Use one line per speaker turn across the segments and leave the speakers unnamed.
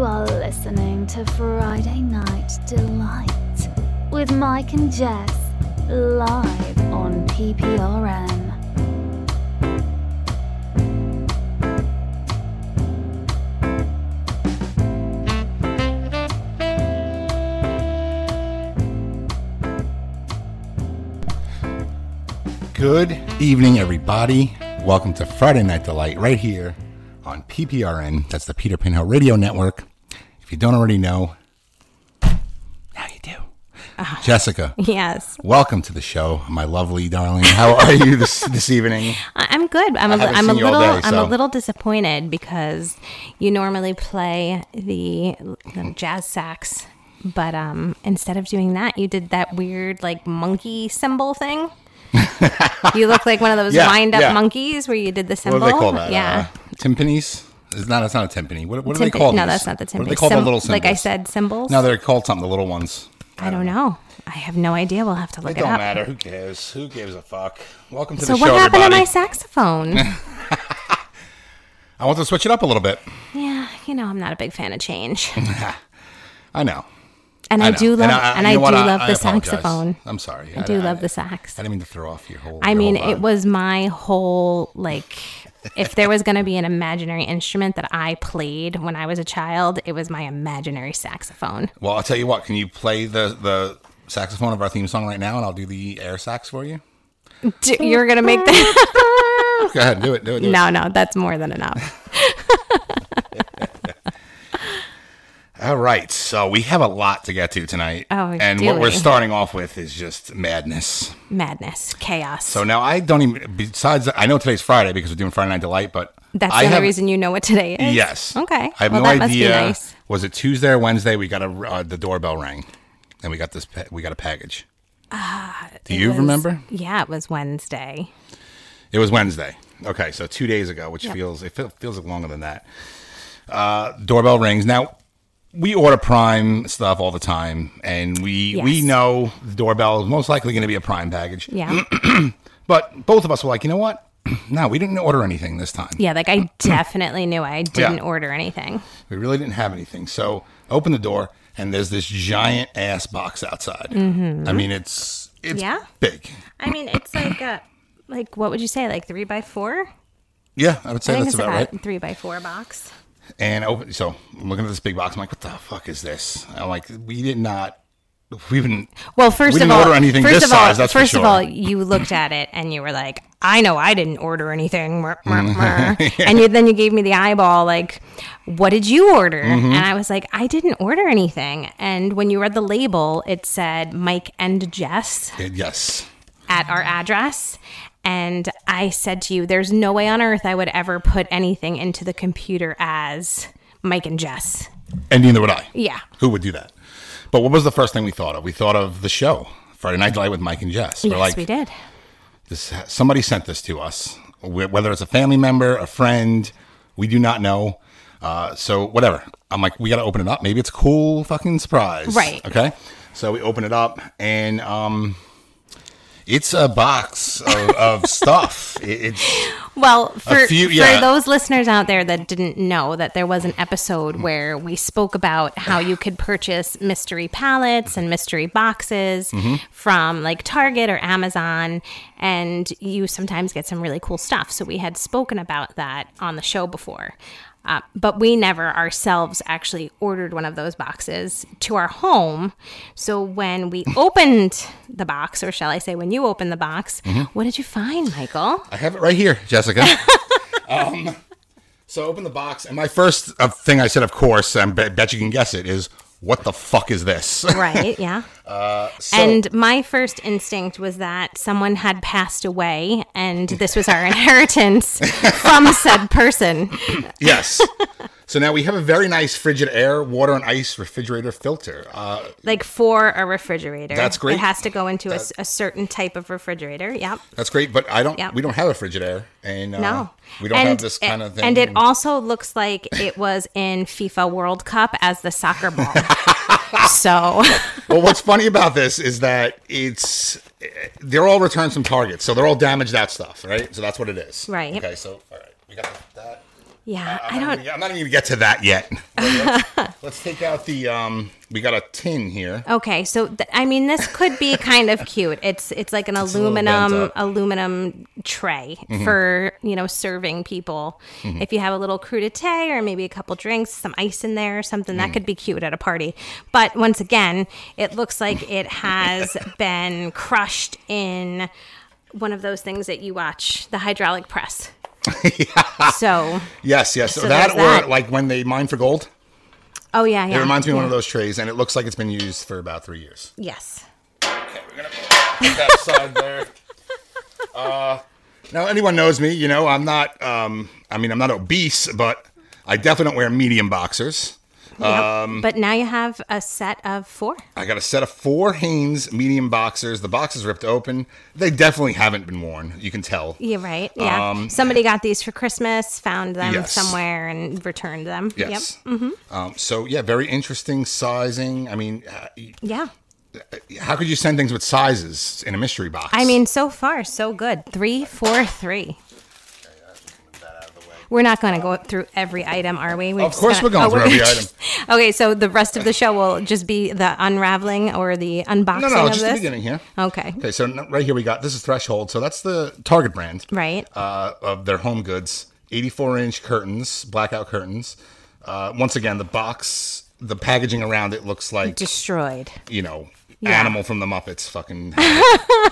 are listening to Friday Night Delight with Mike and Jess live on PPRN.
Good evening, everybody. Welcome to Friday Night Delight right here on PPRN. That's the Peter Pinhole Radio Network. If you don't already know, now you do.
Uh-huh.
Jessica,
Yes,
welcome to the show, my lovely darling. How are you this, this evening?
I- I'm good. I'm a,
haven't
I'm a
seen you all
little
day,
I'm a
so-
little disappointed because you normally play the, the jazz sax, but um instead of doing that, you did that weird like monkey symbol thing. you look like one of those
Yeah,
wind up
yeah.
monkeys where you did the
What
symbol.
do they call that?
Yeah.
Uh, timpanis? It's not. It's not a timpani. What, what do they
Timpa-
call?
no,
these?
that's not the timpani.
What do they call the
Sym-
little symbols?
Like I said, symbols.
No, they're called something. The little ones.
I don't know. I have no idea. We'll have to look
It
it
don't
up.
matter. Who cares? Who gives a fuck? Welcome to
So
the
what
show,
happened to
everybody.
my saxophone?
I want to switch it up a little bit.
yeah, you know I'm not a big fan of change.
I know.
And I,
know.
do love and I,
you know
do
what? I-
love
I
the
apologize.
saxophone.
I'm sorry.
I do love the sax.
I didn't mean to throw off your whole.
I
your
mean,
whole uh,
it
vibe.
was my whole like if there was going to be an imaginary instrument that I played when I was a child, it was my imaginary saxophone.
Well, I'll tell you what. Can you play the the saxophone of our theme song right now, and I'll do the air sax for you?
D- you're going to make that Oh,
Go ahead, do it. Do it. Do it.
No, no, that's more than enough.
All right. So we have a lot to get to tonight.
Oh,
and
do
what we're
we?
starting off with is just madness.
Madness, chaos.
So now I don't even. Besides, I know today's Friday because we're doing Friday Night Delight, but
that's
I
the
have,
only reason you know what today is.
Yes.
Okay.
I have
well,
no
that
idea.
must be nice.
Was it Tuesday or Wednesday? We got a uh, the doorbell rang, and we got this. Pa- we got a package. Do
Ah, It
you
was-
remember?
Yeah, it was Wednesday.
It was Wednesday. Okay, so two days ago, which feels it feel, feels longer than that. Uh, doorbell rings. Now we order Prime stuff all the time, and we we
Yes.
know the doorbell is most likely going to be a Prime package.
Yeah.
But both of us were like, you know what? no, we didn't order anything this time.
yeah, like I definitely knew I didn't order anything.
We really didn't have anything. So open the door, and there's this giant ass box outside. I mean, it's it's
Mm-hmm. Yeah?
big.
I mean, it's like a like what would you say, like three by four?
Yeah, I would say
I think
that's
it's
about,
about,
right.
a three by four box.
And open, so I'm looking at this big box. I'm like, what the fuck is this? I'm like, we did not. We didn't.
Well, first
We
of
didn't
all,
order anything
first
this
of all,
size, that's for
first
sure.
of all, you looked at it and you were like, "I know I didn't order anything," mer- mer-
Mm-hmm.
mer." and you, then you gave me the eyeball, like, "What did you order?"
Mm-hmm.
And I was like, "I didn't order anything." And when you read the label, it said Mike and Jess
It, yes,
at our address. And I said to you, there's no way on earth I would ever put anything into the computer as Mike and Jess.
and neither would I.
Yeah.
Who would do that? But what was the first thing we thought of? We thought of the show Friday Night Light with Mike and Jess.
yes,
We're like,
we did.
this somebody sent this to us Wh- whether it's a family member a friend we do not know uh, so whatever i'm like we gotta open it up maybe it's a cool fucking surprise
Right.
okay so we open it up and um it's a box of, of stuff it, it's
Well, for,
few-
for
yeah.
those listeners out there that didn't know that there was an episode
Hmm.
where we spoke about how you could purchase mystery pallets and mystery boxes
Mm-hmm.
from like Target or Amazon and you sometimes get some really cool stuff. So we had spoken about that on the show before. Uh, but we never ourselves actually ordered one of those boxes to our home. So when we opened the box, or shall I say, when you opened the box,
Mm-hmm.
what did you find, Michael?
i have it right here jessica um, so I open the box and my first uh, thing i said of course i bet you can guess it is what the fuck is this
Right, yeah.
So-
and my first instinct was that someone had passed away and this was our inheritance from said person.
Yes. so now we have a very nice frigid air, water, and ice refrigerator filter. Uh,
Like for a refrigerator.
That's great.
It has to go into a s- a, certain type of refrigerator. Yep.
that's great, but I don't.
Yep.
We don't have a frigid air, and uh,
No.
we don't
and,
have this kind of thing.
And it also looks like it was in FIFA World Cup as the soccer ball. so
well, what's funny about this is that it's they're all returned from Target, so they're all damaged out stuff, right? So that's what it is.
Right.
Okay. So all right, we got that.
Yeah, I
I'm not
don't.
even- I'm not even gonna get to that yet. Let's, let's take out the. Um, we got a tin here.
Okay, so th- I mean, this could be kind of cute. It's it's like an
little bent
aluminum
up. Mm-hmm.
aluminum tray for you know serving people. If you have a little crudité or maybe a couple drinks, some ice in there or something,
Mm.
that could be cute at a party. But once again, it looks like it has been crushed in one of those things that you watch, the hydraulic press. So,
Yes, yes. So
So
that or
there's that.
like when they mine for gold.
oh yeah, yeah.
It reminds me of one of
yeah.
those trays, and it looks like it's been used for about three years.
Yes.
Okay, we're gonna put that aside there. Uh, now, anyone knows me, you know I'm not. Um, I mean, I'm not obese, but I definitely don't wear medium boxers.
Yep.
um,
but now you have a set of four.
I got a set of four Hanes medium boxers. The box is ripped open. They definitely haven't been worn. You can tell.
Yeah, right. Yeah.
Um,
Somebody got these for Christmas, found them
Yes.
somewhere, and returned them.
Yes.
Mm-hmm.
Um, so yeah, very interesting sizing. I mean, uh,
Yep. Yeah.
how could you send things with sizes in a mystery box?
I mean, so far, so good. Three, four, three. We're not going to go through every item, are we? We're
Of
just
course we're going through every
just- okay, so the rest of the show will just be the unraveling or the unboxing
no, no,
of
just
this. Oh.
the beginning here.
Okay.
Okay, so n- right here we got this is Threshold. So that's the Target brand,
Right.
Uh, of their home goods, 84 inch curtains, blackout curtains. Uh, once again, the box, the packaging around it looks like
Destroyed.
you know
Yeah.
animal from the Muppets. Fucking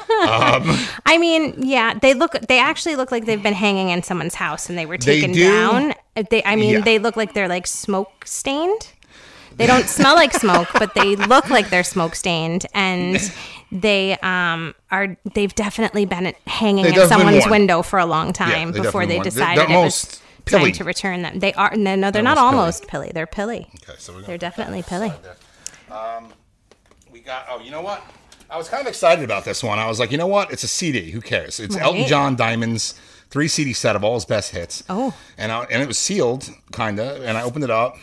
I mean, yeah, they look. They actually look like they've been hanging in someone's house and they were
They
taken
do.
down. They, I mean,
Yeah.
they look like they're like smoke stained. They don't smell like smoke, but they look like they're smoke stained, and they um are. They've definitely been hanging
They
in
definitely
someone's
worn.
window for a long time
they
before
definitely worn.
they
They're-
decided
they're
it
almost
was
pilly.
time to return them. They are no, no, they're not
Almost pilly.
almost pilly. They're pilly.
Okay, so we're gonna
They're
put that
definitely
on the
pilly.
side there. Um, we got. Oh, you know what? I was kind of excited about this one. I was like, you know what? It's a CD. Who cares? It's Elton
Right.
John Diamonds three CD set of all his best hits.
Oh.
and I, and it was sealed, kinda. And I opened it up,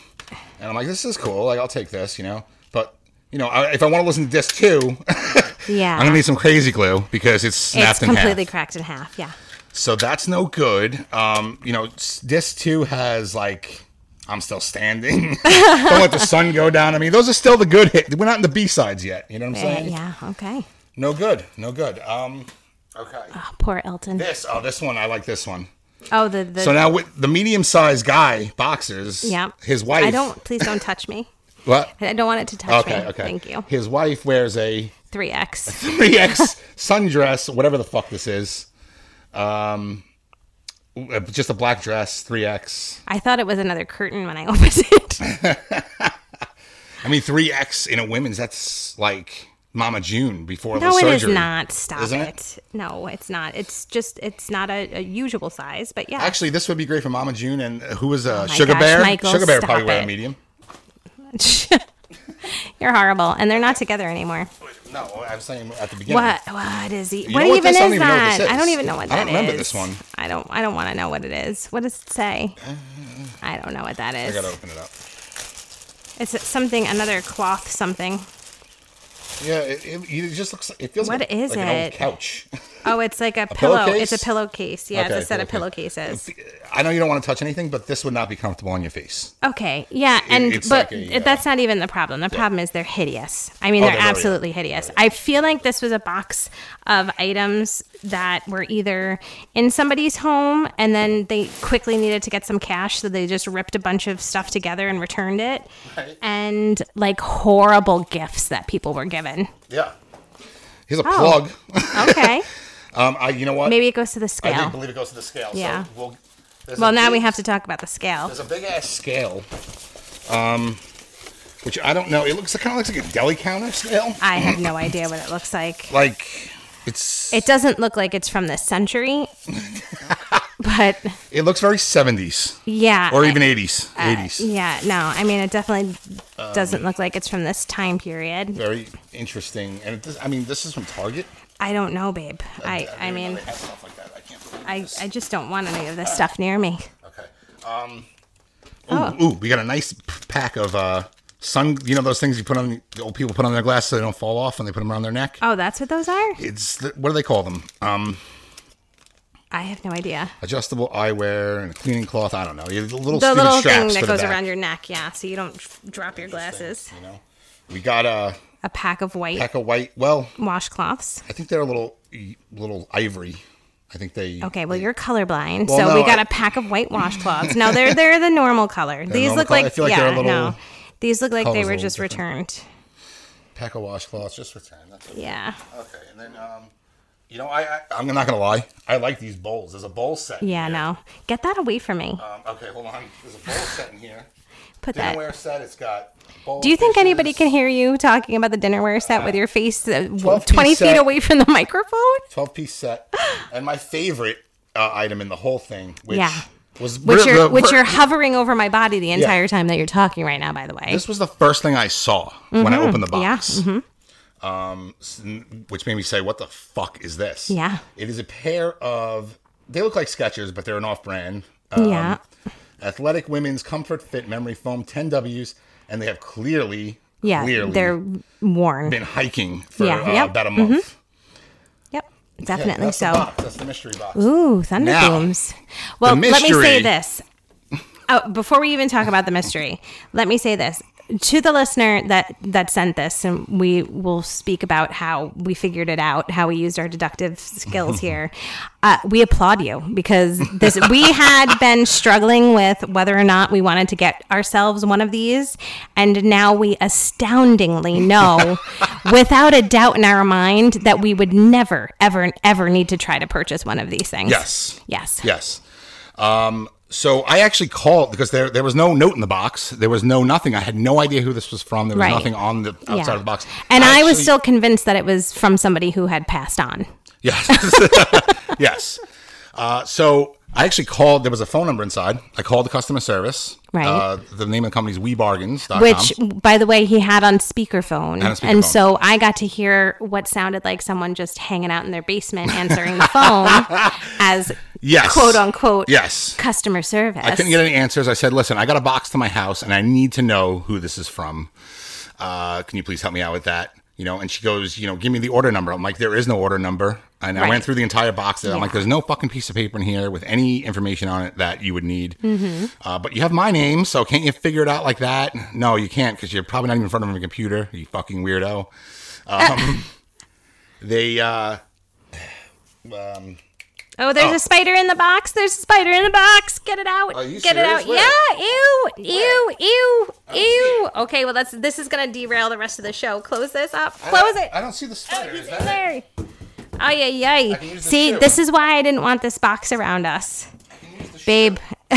and I'm like, this is cool. Like, I'll take this, you know. But you know, I, if I want to listen to this too,
Yeah,
I'm gonna need some crazy glue because it's
it's
snapped in half.
completely cracked in half. Yeah.
So that's no good. Um, you know, s- disc two has like I'm still standing. Don't let the sun go down. I mean, those are still the good hit. We're not in the B sides yet. You know what I'm
Uh,
saying?
yeah. Okay.
No good. No good. Um, okay.
Oh, poor Elton.
This. Oh, this one. I like this one.
Oh, the the
So now with the medium sized guy boxers.
Yeah.
His wife.
I don't. Please don't touch me.
What?
I don't want it to touch
Okay.
me.
Okay.
Thank you.
His wife wears a
3x.
3x sundress, whatever the fuck this is. Um, w- just a black dress, 3x.
I thought it was another curtain when I opened it.
Oh, I mean, three X in a women's. That's like Mama June before
No,
the
it
surgery.
is not. Stop
Isn't it?
it. No, it's not. It's just it's not a, a usual size. But yeah,
Actually, this would be great for Mama June and uh, who was uh,
Oh my
Sugar
gosh,
Bear.
Michael,
Sugar Bear
stop
probably wear a
it.
medium.
you're horrible, and they're not together anymore.
No, I was saying at the beginning.
What? What is he?
know
what
what
even
this-
is
I don't even know what
that?
this is. I
I don't even know what that is.
don't remember this one. Uh,
I don't. I don't want to know what it is. What does it say? I don't know what that
I
is.
gotta open it up.
It's something. Another cloth. Something.
Yeah, it, it, it just looks. It feels.
What
like,
is
like an old
it?
couch.
Oh, it's like a, pillow.
pillowcase?
It's a pillowcase. Yeah,
Okay,
it's a set
pillowcase.
of pillowcases.
I know you don't want to touch anything, but this would not be comfortable on your face.
Okay, yeah, and
it's like
but
a,
it-
uh,
that's not even the problem. The problem is they're hideous. I mean,
Oh,
they're
they really are.
absolutely hideous. I feel like this was a box of items that were either in somebody's home and then they quickly needed to get some cash, so they just ripped a bunch of stuff together and returned it,
Right.
and like horrible gifts that people were given.
Yeah. Here's a
Oh.
plug.
Okay,
Um, I, you know what?
maybe it goes to the
I didn't
scale.
believe it goes to the scale.
Yeah.
So we'll, there's
Well,
a
now
big-
we have to talk about the scale.
There's a big ass scale, um, which I don't know. It looks it kind of looks like a deli counter scale.
I have no idea what it looks like.
Like it's
It doesn't look like it's from this century, but
it looks very 70s
yeah,
or
I- uh,
even 80s. 80s.
yeah, no, I mean it definitely doesn't look like it's from this time period.
Very interesting. And it does, I mean, this is from Target.
I don't know, babe. I, I
didn't know
mean,
they had stuff like that. I can't believe
I,
this.
I just don't want any of this stuff near me.
okay. Um, ooh,
Oh.
ooh, we got a nice p- pack of uh, sun. You know those things you put on the old people put on their glasses so they don't fall off when they put them around their neck.
Oh, that's what those are.
It's the, what do they call them? Um,
I have no idea.
adjustable eyewear and a cleaning cloth. I don't know. You have little
The
stupid
little thing
straps for
that
the
goes
back,
around your neck, yeah, so you don't drop your glasses.
You know, we got a
A pack of white
pack of white. Well,
washcloths.
I think they're a little little ivory. I think they.
Okay, well you're colorblind,
Well,
so
no,
we got
I-
a pack of white washcloths. no, they're they're the normal color. These
normal
look
color? I
like,
feel like
yeah,
they're a little-
no. These look like they
color's a
were
little
just
different.
returned.
Pack of washcloths. Just return. That's okay.
Yeah.
Okay, and then um, you know, I, I I'm not gonna lie. I like these bowls. There's a bowl set. in
Yeah,
here.
no. Get that away from me.
Um, okay, hold on. There's a bowl set in here.
Put that.
Dinnerware set. It's got. Bowl
Do you think anybody
dishes,
can hear you talking about the dinnerware set with your face uh,
12 piece
20 feet
set.
away from the microphone?
12 piece set. And my favorite uh, item in the whole thing, which
Yeah.
was
Which
re-
you're,
re-
which
re-
you're hovering over my body the entire time that you're talking right now, by the way.
This was the first thing I saw when I opened the
Mm-hmm. Yeah, Mm-hmm.
box. Um, s- n- which made me say, "What the fuck is this?"
Yeah.
It is a pair of. They look like Skechers, but they're an off-brand. um,
yeah.
Athletic women's comfort fit memory foam 10Ws, and they have clearly,
Yeah.
clearly
They're worn.
been hiking for
Yeah,
uh,
yep,
about a month.
yep.
Yeah,
Definitely
that's The
so.
box. That's the mystery box.
Ooh, thunder
Now,
booms. Well, let me
mystery-
say this. Oh, before we even talk about the mystery, let me say this to the listener that that sent this, and we will speak about how we figured it out, how we used our deductive skills here. Uh, we applaud you because this we had been struggling with whether or not we wanted to get ourselves one of these, and now we astoundingly know, without a doubt in our mind, that we would never, ever, ever need to try to purchase one of these things.
Yes.
Yes.
Yes. Um, so I actually called because there there was no note in the box. There was no nothing. I had no idea who this was from. There was
Right.
nothing on the outside
Yeah.
of the box.
And I, was
actually- Uh-huh.
still convinced that it was from somebody who had passed on.
yes yes. Uh, so I actually called. There was a phone number inside. I called the customer service.
Right.
Uh, the name of the company is WeBargains.com.
Which, by the way, he had on speakerphone.
Had on speakerphone.
And so I got to hear what sounded like someone just hanging out in their basement answering the phone as
yes.
quote unquote
Yes.
customer service.
I couldn't get any answers. I said, "Listen, I got a box to my house, and I need to know who this is from. Uh, can you please help me out with that?" You know, and she goes, "You know, give me the order number." I'm like, "There is no order number." And I
Right.
went through the entire box. And I'm like,
Yeah.
"There's no fucking piece of paper in here with any information on it that you would need."
Mm-hmm.
Uh, but you have my name, so can't you figure it out like that? No, you can't because you're probably not even in front of a computer. You fucking weirdo. Um, they. Uh, um,
oh, there's a spider in the box. There's a spider in the box. Get it out.
Are you
get it out.
serious? Where?
Yeah. Ew. Ew. Ew. Ew. Okay, well that's this is gonna derail the rest of the show. Close this up. Close it. Oh,
I don't see the spider.
He's
Is
in
that it?
there. Ay, ay, ay.
can use this
See,
too.
this is why I didn't want this box around us. Babe,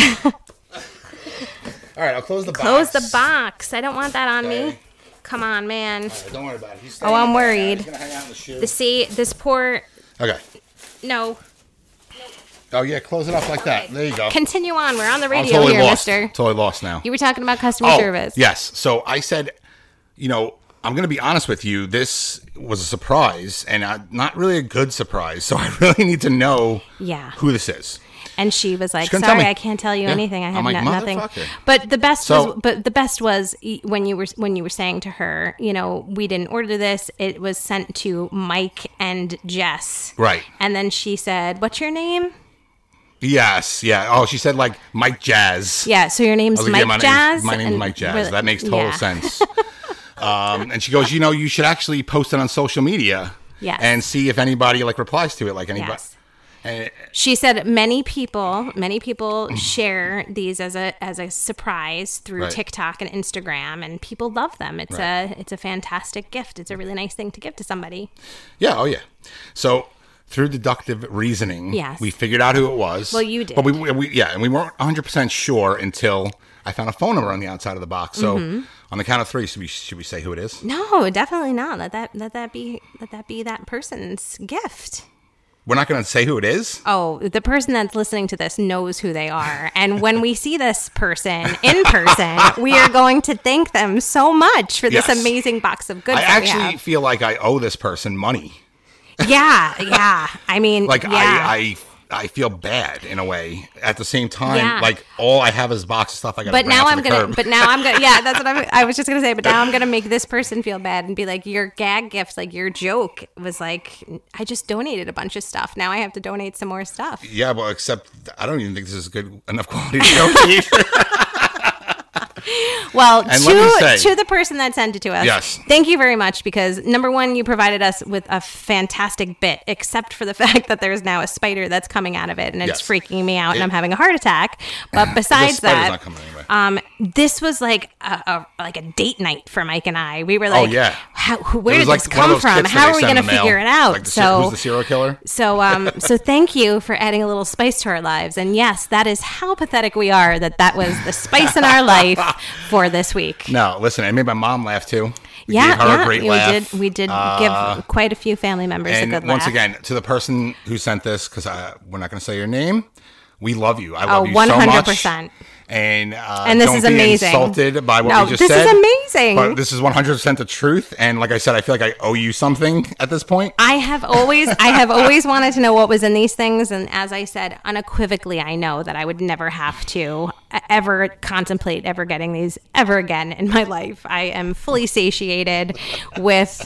All right, I'll close the
close
box.
the box. I don't want that on me.
Okay.
Come on, man.
Yeah, Don't worry about it. He's
Oh, I'm
staying there.
worried.
He's gonna hang out in the shoe.
See, this poor.
Okay.
No.
Oh yeah, close it up like that. There you go.
Continue on. We're on the
I'm
radio
totally
here,
lost.
mister.
Totally lost now. Oh,
You were talking about customer service.
Yes. So I said, you know, I'm going to be honest with you. This was a surprise, and uh not really a good surprise. So I really need to know
Yeah.
who this is.
And she was like,
couldn't tell
"Sorry,
me."
I can't tell you
Yeah.
anything. I
I'm
have
like,
no- nothing."
"Motherfucker."
But the best
So-
was, but the best was e- when you were when you were saying to her, you know, we didn't order this. It was sent to Mike and Jess.
Right.
And then she said, "What's your name?"
Yes. Yeah. Oh, she said like Mike Jazz.
Yeah, so your name's
I was like,
Mike
Oh, yeah, my
Jazz.
Name's, my name's
and-
Mike Jazz.
really-
that makes total
yeah.
sense. Um, and she goes, you know, you should actually post it on social media.
Yes.
And see if anybody like replies to it. Like anybody.
Yes.
eh,
She said many people, many people share these as a as a surprise through
Right.
TikTok and Instagram, and people love them. It's
Right.
a it's a fantastic gift. It's a really nice thing to give to somebody.
Yeah, oh yeah. So through deductive reasoning,
Yes.
we figured out who it was. Well,
you did.
But we, we yeah, and we weren't 100% sure until I found a phone number on the outside of the box. So
Mm-hmm.
on the count of 3, should we should we say who it is?
No, definitely not. Let that let that be let that be that person's gift.
We're not going to say who it is.
Oh, the person that's listening to this knows who they are. And when we see this person in person, we are going to thank them so much for this
Yes.
amazing box of goods.
I
that we have.
actually feel like I owe this person money.
Yeah, yeah. I mean,
Like
yeah.
I I I feel bad in a way. At the same time,
Yeah.
like all I have is box of stuff I got.
But now I'm gonna. But now I'm gonna. Yeah, that's what I'm, I was just gonna say. But now I'm gonna make this person feel bad and be like, your gag gift, like your joke, was like, I just donated a bunch of stuff. Now I have to donate some more stuff.
yeah, well, except I don't even think this is good enough quality to eat.
Well,
And let me
to,
say-
to the person that sent it to us,
Yes.
thank you very much because number one, you provided us with a fantastic bit, except for the fact that there's now a spider that's coming out of it and it's
Yes.
freaking me out
It-
and I'm having a heart attack. But besides
spider's
that,
not coming anyway.
um, this was like a, a like a date night for Mike and I. We were like,
Oh, yeah.
how, who- where
It was
did
like
this
one of
come
those
from?
kits that
How
they
are we
send
gonna
in the mail.
figure it out?
Like the, se-
so
who's the serial killer?
so, um, so thank you for adding a little spice to our lives. And yes, that is how pathetic we are that that was the spice in our life for this week.
No, listen, I made my mom laugh too. We
yeah,
gave her
yeah,
a great
we
laugh.
did. We did
Uh,
give quite a few family members
And
a good
once
laugh.
again, to the person who sent this, because we're not going to say your name, we love you. I
Oh,
love you so much.
100%.
And uh,
And this
don't
is
be
amazing.
Insulted by what
No,
we just
this is
said.
amazing.
But this is one hundred percent the truth. And like I said, I feel like I owe you something at this point.
I have always, I have always wanted to know what was in these things, and as I said unequivocally, I know that I would never have to e-, ever contemplate ever getting these ever again in my life. I am fully satiated with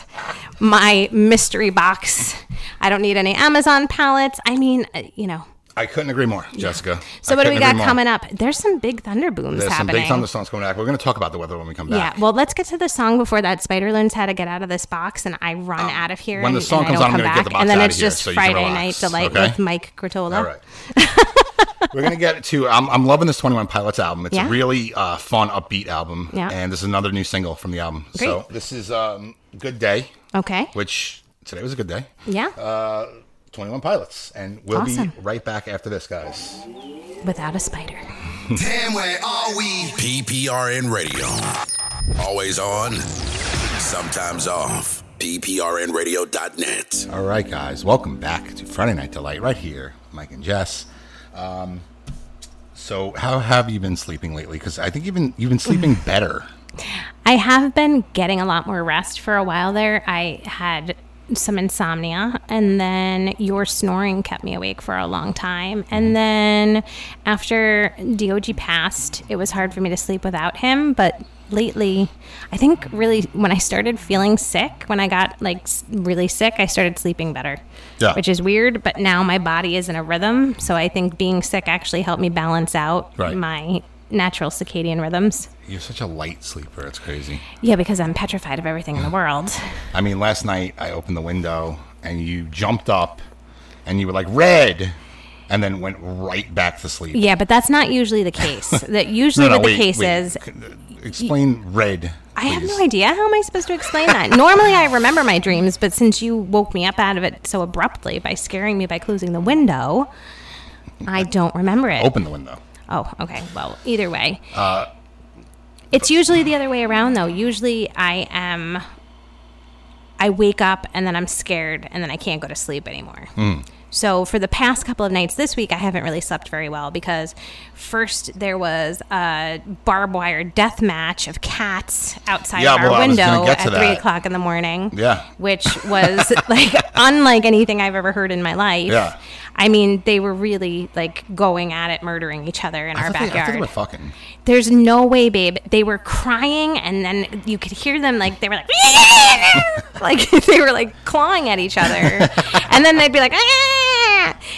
my mystery box. I don't need any Amazon pallets. I mean, uh, you know.
I couldn't agree more, Jessica.
So what do we got coming up? There's some big thunder booms
There's some
happening.
big thunderstorms coming back. We're going to talk about the weather when we come back.
Yeah, well, let's get to the song before that. Spider learns how to get out of this box, and I run out of here.
Oh, when the
and,
song
and
comes
I
on, I'm
don't come
gonna get the
back.
box
and then
outta
it's
here
just
so you can
Friday
relax,
night delight
okay?
with Mike Grotola.
All right. We're gonna get to. I'm, I'm loving this Twenty One Pilots album. It's
Yeah.
a really uh, fun, upbeat album.
Yeah.
And this is another new single from the album. So this is um, "Good Day,"
Okay.
which today was a good day.
Yeah.
Uh, Twenty One Pilots, and we'll
Awesome.
be right back after this, guys.
Without a spider.
Damn, where are we? PPRN Radio. Always on, sometimes off. PPRNradio.net.
All right, guys, welcome back to Friday Night Delight right here, Mike and Jess. Um, so how have you been sleeping lately? Because I think you've been you've been sleeping better.
I have been getting a lot more rest for a while there. I had some insomnia and then your snoring kept me awake for a long time
Mm-hmm.
and then after DOG passed it was hard for me to sleep without him but lately I think really when I started feeling sick when I got like s- really sick I started sleeping better
Yeah.
which is weird but now my body is in a rhythm so I think being sick actually helped me balance out
Right.
my natural circadian rhythms
You're such a light sleeper. It's crazy.
yeah, because I'm petrified of everything in the world.
I mean, last night I opened the window and you jumped up and you were like, red, and then went right back to sleep.
Yeah, but that's not usually the case. That usually what the
wait,
case
wait.
is.
C- uh, Explain red.
I have
please.
no idea. How am I supposed to explain that? Normally, I remember my dreams, but since you woke me up out of it so abruptly by scaring me by closing the window, I don't remember it.
Open the window.
Oh, okay. Well, either way.
Uh,
it's usually the other way around, though. Usually I am. I wake up and then I'm scared and then I can't go to sleep anymore.
Hmm.
So, for the past couple of nights this week, I haven't really slept very well because first there was a barbed wire death match of cats outside
Yeah,
of our
well, I was gonna
window
get
at
to
three
that.
o'clock in the morning.
Yeah.
Which was like unlike anything I've ever heard in my life.
Yeah.
I mean, they were really like going at it, murdering each other in
I
our
thought they- I thought
backyard.
they were fucking.
There's no way, babe. They were crying, and then you could hear them like they were like, like they were like clawing at each other, and then they'd be like, "Ah."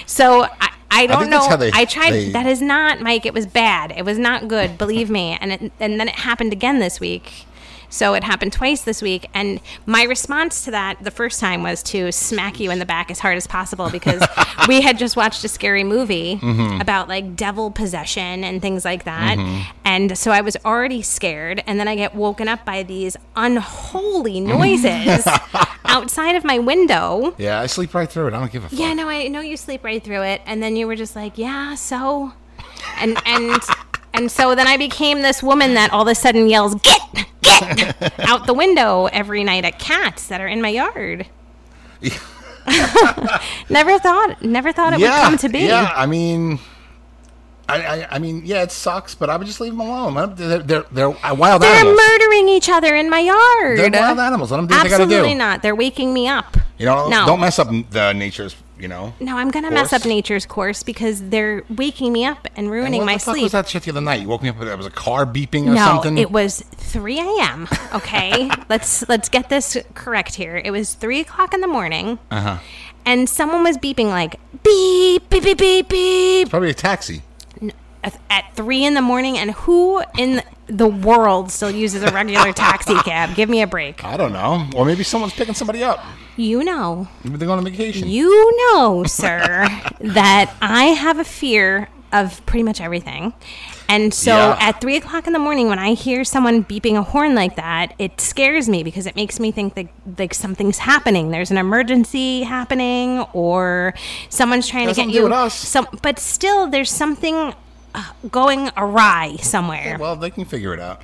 so I, I don't
think
know.
that's how they-
I tried.
they-
That is not Mike. It was bad. It was not good. Believe me. And it, and then it happened again this week. So it happened twice this week, and my response to that the first time was to smack you in the back as hard as possible because we had just watched a scary movie about like devil possession and things like that, and so I was already scared, and then I get woken up by these unholy noises outside of my window.
Yeah, I sleep right through it. I don't give a fuck.
Yeah, no, I know you sleep right through it, and then you were just like, yeah, so, and and and so then I became this woman that all of a sudden yells, get get out the window every night at cats that are in my yard. never thought, never thought it would come to be.
Yeah, I mean, I, I, I mean, yeah, it sucks, but I would just leave them alone. I'm- They're, they're, they're wild
They're
animals.
murdering each other in my yard.
They're wild animals. Let them do what they gotta do.
Absolutely not. They're waking me up.
You know,
No.
don't mess up the nature's you know.
No, I'm gonna mess
Course.
up nature's course because they're waking me up and ruining
What
my
the fuck
sleep.
was that shit the other night? You woke me up. There was a car beeping or
no,
something.
it was 3 a.m. Okay, let's let's get this correct here. It was three o'clock in the morning, uh-huh. and someone was beeping like beep beep beep beep beep
probably a taxi.
at- at three in the morning. And who in the world still uses a regular taxi cab? Give me a break.
I don't know. Or maybe someone's picking somebody up.
You know.
Maybe they're going on vacation.
You know, sir, that I have a fear of pretty much everything. And so
Yeah.
at three o'clock in the morning, when I hear someone beeping a horn like that, it scares me because it makes me think that like something's happening. There's an emergency happening, or someone's trying
Has
to
nothing
get
to do
you.
with us.
Some, but still, there's something uh, going awry somewhere.
well, they can figure it out.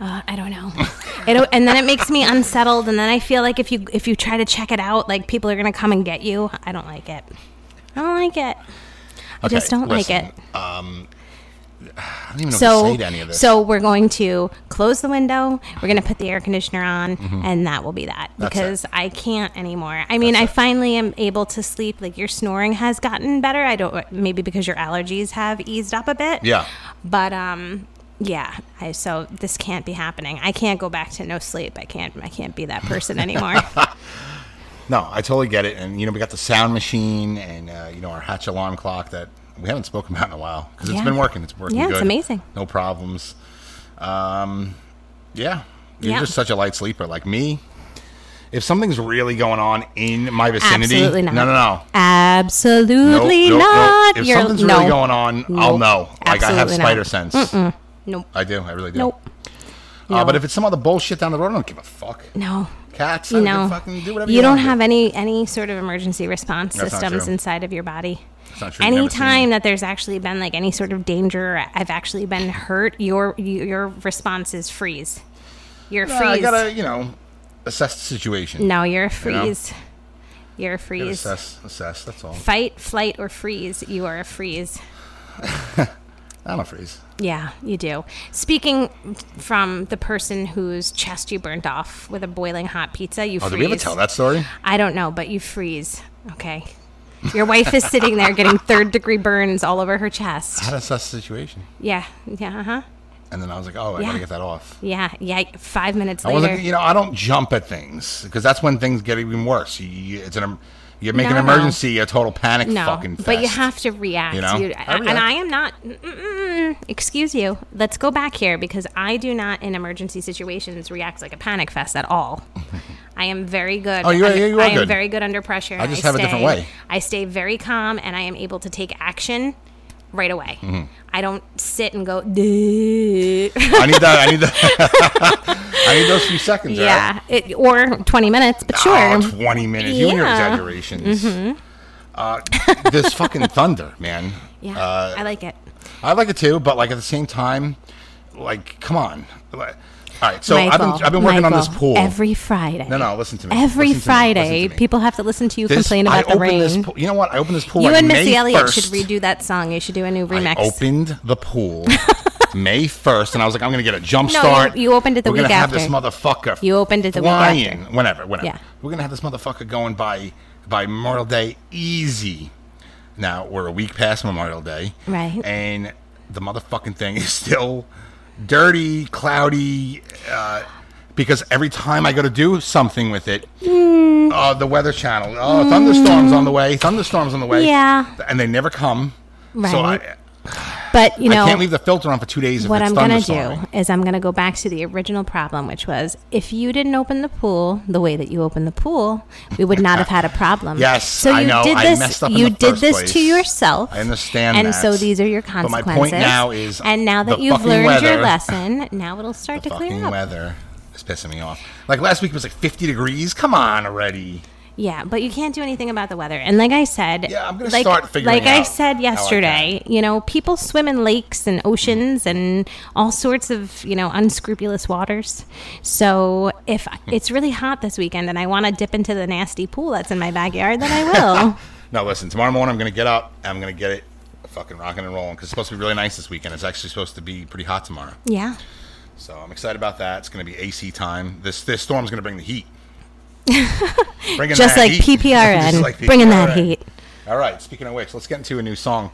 Uh, I don't know. It and then it makes me unsettled, and then I feel like if you if you try to check it out, like people are gonna come and get you. I don't like it. I don't like it. I just don't like
it.
it.
Um, I don't even know what
So
to say to any of this.
so we're going to close the window. We're gonna put the air conditioner on, and that will be that
Mm-hmm. That's
because I can't anymore. I mean, I finally am able to sleep. Like your snoring has gotten better. I don't maybe because your allergies have eased up a bit.
yeah.
But um yeah, I, so this can't be happening. I can't go back to no sleep. I can't I can't be that person anymore.
No, I totally get it. And you know, we got the sound machine and uh, you know our Hatch alarm clock that we haven't spoken about in a while because it's
Yeah.
been working. It's working.
Yeah,
good.
it's amazing.
No problems. Um, yeah, you're
Yeah.
just such a light sleeper like me. If something's really going on in my vicinity,
Absolutely not.
no, no, no. Nope,
Absolutely
nope, nope.
not.
If
You're-
something's
no.
really going on, I'll
Nope.
know. Like I have
Absolutely not.
spider sense.
Nope.
I do. I really do.
Nope.
Uh, But if it's some other bullshit down the road, I don't give a fuck.
No.
Cats, I
You
don't
know,
give a fucking do whatever
you,
you
don't
want to.
have any any sort of emergency response
That's not
systems
true.
inside of your body.
That's not true. You've never seen
Anytime that there's actually been like any sort of danger, or I've actually been hurt. Your you- your response is freeze. You're
Uh, I
freeze.
gotta, you know, assess the situation.
no, you're a
know?
freeze. You are a
Gotta
freeze.
Assess, assess. That's all.
Fight, flight, or freeze. You are a freeze.
I don't freeze.
Yeah, you do. Speaking from the person whose chest you burnt off with a boiling hot pizza, you
Oh,
freeze.
did we ever tell that story?
I don't know, but you freeze. Okay. Your wife is sitting there getting third degree burns all over her
I had
chest.
to assess the situation,
Yeah, yeah, uh huh.
and then I was like, oh, I
Yeah.
gotta get that off.
Yeah, yeah. Five minutes
I
later.
wasn't, you know, I don't jump at things because that's when things get even worse. You, you, it's an, em- you make an
No, no.
emergency a total panic
no,
fucking. Fest.
but you have to react.
You know?
You-
I
and
react.
I am not. Mm-mm, excuse you. Let's go back here because I do not, in emergency situations, react like a panic fest at all. I am very good.
Oh, you are-
under-
you are
I am
good.
very good under pressure. and
just have a different
stay-
way.
I stay very calm and I am able to take action right away. I don't sit and go. "Duh."
I need Mm-hmm. that. I need that. I need those few seconds. right?
yeah, it, or twenty minutes, but
Oh,
sure.
20 minutes. You and your
Yeah. Mm-hmm.
exaggerations. Uh, this fucking thunder, man.
Yeah,
Uh,
I like it.
I like it too, but like at the same time, like come on. Like, all right, so I've been,
Michael,
I've been working on this
Michael,
pool.
every Friday.
no, no, listen to me.
Every
Listen to me.
Friday,
Listen to me.
people have to listen to you
This-
complain about
I
the
opened
rain.
This pool, you know what? I opened this pool.
you
like
and
May
Missy Elliott
1st.
should redo that song. You should do a new remix.
I opened the pool May first, and I was like, I'm gonna get a jump
No,
start.
you- you opened it the
We're gonna
week
have this
after.
motherfucker.
You opened it the week
flying,
after.
Whenever, whenever.
Yeah.
We're gonna have this motherfucker going by by Memorial Day easy. Now we're a week past Memorial Day,
Right.
And the motherfucking thing is still dirty, cloudy. Uh, because every time I go to do something with it,
Hmm.
uh, the Weather Channel, oh, thunderstorms on the way, thunderstorms on the way,
Yeah.
and they never come. So
Right.
I,
but you know
I can't leave the filter on for two days. If
what
it's
I'm gonna
thunderstorming.
do is I'm gonna go back to the original problem, which was if you didn't open the pool the way that you opened the pool, we would not have had a problem.
Yes,
so you
I know.
did
I
this.
messed up in
you
the
did
first
this to
place.
yourself.
I understand
And
that.
so these are your
But my
consequences.
point now is
and now that
the
you've
fucking
learned
weather-
your lesson, now it'll start
The
to clear
fucking
up.
weather is pissing me off. Like last week it was like 50 degrees. Come on already.
Yeah, but you can't do anything about the weather. And like I said,
Yeah, I'm gonna
like,
start figuring
Like I
out how I
said
can.
yesterday, you know, people swim in lakes and oceans and all sorts of you know unscrupulous waters. So if
Hmm.
it's really hot this weekend and I want to dip into the nasty pool that's in my backyard, then I will.
No, listen. Tomorrow morning I'm gonna get up. and I'm gonna get it fucking rocking and rolling because it's supposed to be really nice this weekend. It's actually supposed to be pretty hot tomorrow.
yeah,
So I'm excited about that. It's gonna be AC time. This this storm's gonna bring the heat. Bringing
just
that
like
heat.
PPRN,
Just like
bringing that
PPRN.
heat.
All right. Speaking of which, let's get into a new song.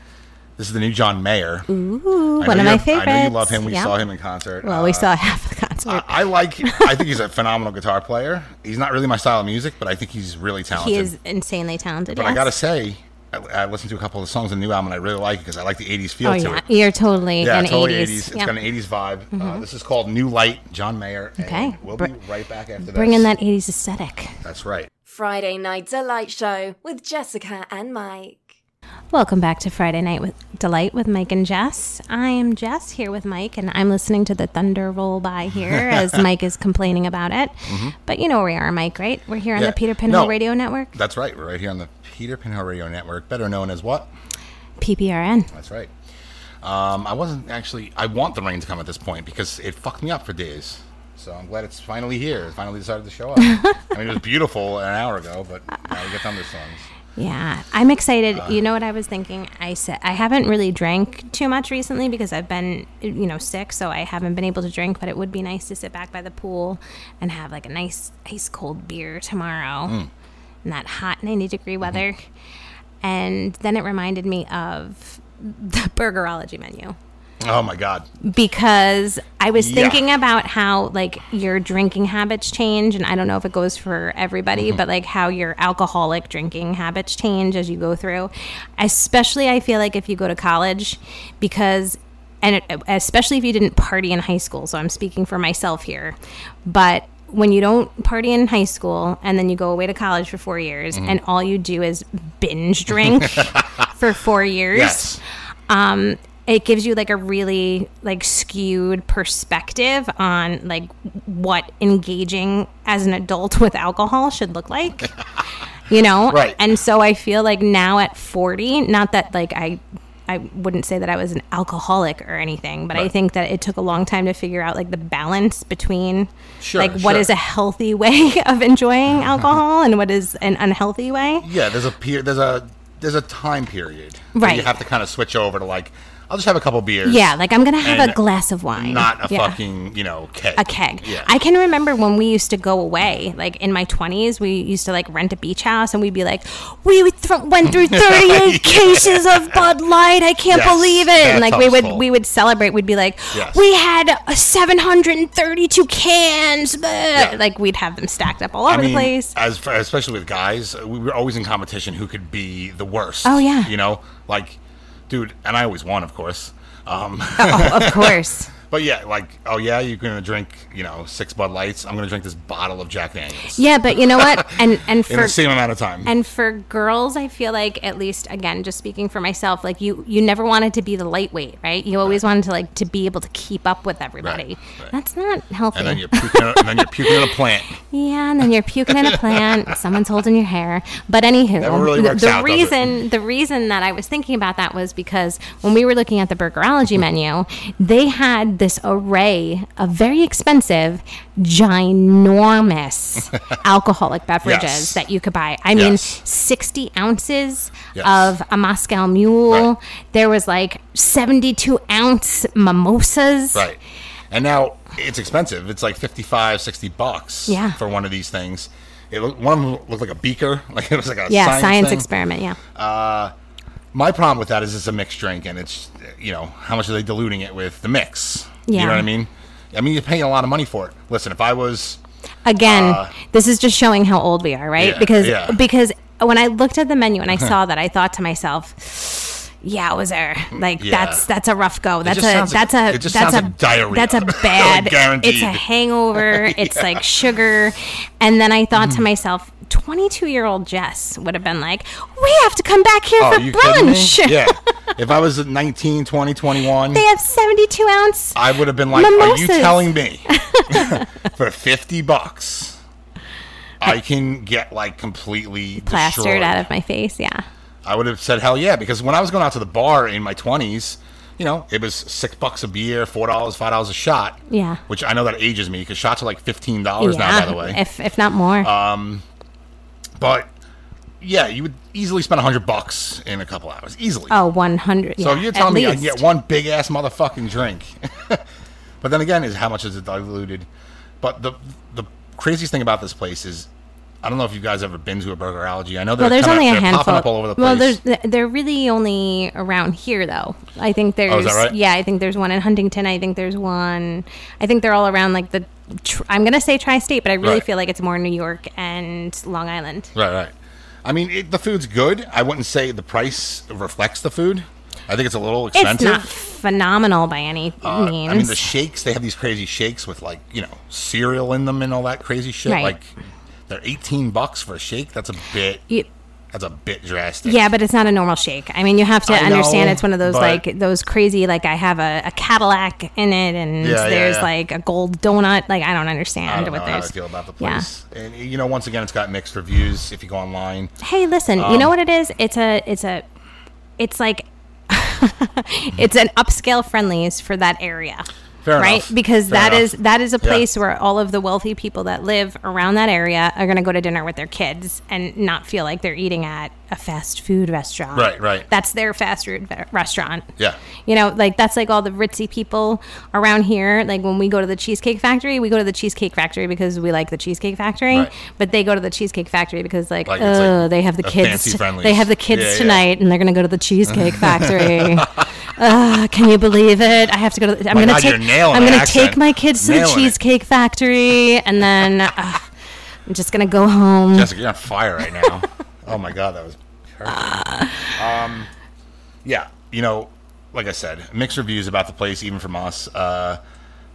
This is the new John Mayer.
Ooh,
I know you-
one of my
I know you
favorites.
love him. We
Yeah.
saw him in concert.
Well,
Uh,
we saw half the concert.
I, I like. I think he's a phenomenal guitar player. He's not really my style of music, but I think he's really talented.
he is insanely talented.
But
yes.
I gotta say, I, I listened to a couple of the songs in the new album, and I really like it because I like the '80s feel
oh
to
yeah,
it.
you're totally
Yeah,
an
totally 80s.
80s.
It's
Yeah. Mm-hmm.
got an 80s vibe. Uh, this is called New Light, John Mayer. and
Okay.
we'll
Br-
be right back after
Bring in
this.
that 80s aesthetic.
That's right.
Friday Night Delight Show with Jessica and Mike.
Welcome back to Friday Night with Delight with Mike and Jess. I am Jess here with Mike, and I'm listening to the thunder roll by here as Mike is complaining about it. But you know where we are, Mike, right? We're here on
Mm-hmm. Yeah.
the Peter Pinhole
No.
Radio Network,
That's right. We're right here on the Peter Pinhole Radio Network, better known as what?
PPRN.
That's right. Um, I wasn't actually. I want the rain to come at this point because it fucked me up for days. So I'm glad it's finally here. It finally decided to show up. I mean, it was beautiful an hour ago, but now we get thunderstorms.
Yeah, I'm excited. you know what I was thinking? I said I haven't really drank too much recently because I've been, you know, sick, so I haven't been able to drink. But it would be nice to sit back by the pool and have like a nice ice cold beer tomorrow in that hot 90 degree weather. And then it reminded me of the Burgerology menu
Oh my god!
because I was
Yeah.
thinking about how like your drinking habits change, and I don't know if it goes for everybody,
Mm-hmm.
but like how your alcoholic drinking habits change as you go through. Especially, I feel like if you go to college, because and it, especially if you didn't party in high school. So I'm speaking for myself here, but. When you don't party in high school and then you go away to college for four years
Mm-hmm.
and all you do is binge drink for four years,
Yes.
um, it gives you like a really like skewed perspective on like what engaging as an adult with alcohol should look like you know
Right.
and so i feel like now at 40 not that like i i wouldn't say that i was an alcoholic or anything but i
Right.
think that it took a long time to figure out like the balance between
Sure,
like what
sure.
is a healthy way of enjoying alcohol and what is an unhealthy way
Yeah, there's a per- there's a there's a time period. where
Right.
You have to kind of switch over to like, I'll just have a couple beers.
yeah like i'm gonna have
And
a glass of wine
Not a
Yeah.
fucking you know keg.
a keg.
Yeah.
I can remember when we used to go away, like in my 20s, we used to like rent a beach house and we'd be like, we would thro- went through 38 cases of Bud Light. I can't
Yes,
believe it. And like we
bathtub's
would
full.
we would celebrate. We'd be like,
Yes.
we had uh, 732 cans. blah."
Yeah.
Like we'd have them stacked up all over
I mean,
the place.
as for, especially with guys, uh, we were always in competition who could be the worst.
Oh, yeah.
You know, like, dude, and I always won, of course. Um,
oh, of course.
but yeah, like, oh yeah, you're gonna drink, you know, six Bud Lights. I'm gonna drink this bottle of Jack Daniels
Yeah, but you know what? And and
in
for
the same amount of time.
and for girls i feel like at least again just speaking for myself like you you never wanted to be the lightweight right you always wanted to like to be able to keep up with everybody
right.
that's not healthy
And then you're puking, and then you're puking in a plant.
yeah and then you're puking in a plant someone's holding your hair but anywho
Never really
the-
works
the
out, does it?
reason the reason that i was thinking about that was because when we were looking at the burgerology
Mm-hmm.
menu they had this array of very expensive ginormous alcoholic beverages
Yes.
that you could buy i mean
Yes.
60 ounces
Yes.
of a Moscow Mule.
Right.
There was like 72 ounce mimosas.
Right. And now it's expensive. It's like 55, 60 bucks
Yeah.
for one of these things. It looked, one of them looked like a beaker, like it was like a
Yeah,
science,
science,
thing.
experiment. Yeah.
My problem with that is it's a mixed drink, and it's you know how much are they diluting it with the mix? You
Yeah.
know what I mean? I mean you're paying a lot of money for it. Listen, if I was
Again, this is just showing how old we are, right?
Uh, Yeah,
because
yeah. Uh-huh.
because when I looked at the menu and I saw that, I thought to myself, "Yeah, was there like
Yeah.
that's that's a rough go. That's
just
a
sounds like-
that's a
it just
that's
sounds
a
like diarrhea.
That's a bad. it's
Guaranteed.
a hangover. It's like sugar." And then I thought
Mm-hmm.
to myself. 22 year old Jess would have been like, We have to come back here
oh,
for
you kidding me?
brunch.
Yeah, if I was 19, 20, 21,
They have 72 ounce.
I would have been like, "Are you
Mimosas.
telling me for fifty bucks I can get like completely
plastered
destroyed?
out of my face. Yeah.
I would have said hell yeah because when I was going out to the bar in my twenties, you know, it was six bucks a beer, four dollars, five dollars a shot.
Yeah.
which I know that ages me because shots are like fifteen dollars now. By
yeah.
the way, Uh,
If, if not more.
but yeah, you would easily spend hundred bucks in a couple hours easily.
oh, 100.
so
yeah,
if you're
at
telling me uh, I can
least.
get one big ass motherfucking drink, but then again, is how much is it diluted? But the the craziest thing about this place is I don't know if you guys ever been to a burgerology. I know they're
Well, there's
kinda-
only a
they're
handful.
popping up all over the place.
Well, there's th- they're really only around here though. I think there's
Oh, is that right?
yeah, I think there's one in Huntington. I think there's one. I think they're all around like the. Tr- I'm gonna say tri-state, but I really
Right.
feel like it's more New York and Long Island.
Right, right. I mean, it, the food's good. I wouldn't say the price reflects the food. I think it's a little expensive.
It's not phenomenal by any
Uh,
means.
I mean, the shakes, they have these crazy shakes with like, you know, cereal in them and all that crazy shit.
Right.
Like, they're 18 bucks for a shake. That's a bit,
You-
that's a bit drastic.
yeah, but it's not a normal shake. I mean, you have to
I
understand
know,
it's one of those
but-
like those crazy like I have a, a Cadillac in it, and
Yeah, yeah,
there's
yeah.
like a gold donut. Like I don't understand
I don't know
what
how
there's.
I feel about the
Yeah.
place. And, you know, once again, it's got mixed reviews if you go online.
Hey, listen, you know what it is? It's a it's a it's like it's an upscale friendlies for that area.
Fair
right?
enough.
Because
Fair
that
enough.
is that is a
Yeah.
place where all of the wealthy people that live around that area are going to go to dinner with their kids and not feel like they're eating at a fast food restaurant.
Right, right.
That's their fast food ve- restaurant.
Yeah.
You know, like that's like all the ritzy people around here. Like when we go to the Cheesecake Factory, we go to the Cheesecake Factory because we like the Cheesecake Factory,
Right.
but they go to the Cheesecake Factory because like,
Like, it's
oh,
like
they have the
a
kids.
fancy
t-
friendlies.
they have the kids
Yeah, yeah.
tonight, and they're gonna go to the Cheesecake Factory. Ugh, Uh, can you believe it? I have to go to. The, I'm
My
gonna
God,
take.
you're nailing
I'm
the
gonna
accent.
take my kids to
Nailing
the
it.
Cheesecake Factory, and then uh, I'm just gonna go home.
Jessica, you're on fire right now. Um, oh my god, that was perfect. um, yeah, you know, like I said, mixed reviews about the place, even from us. Uh,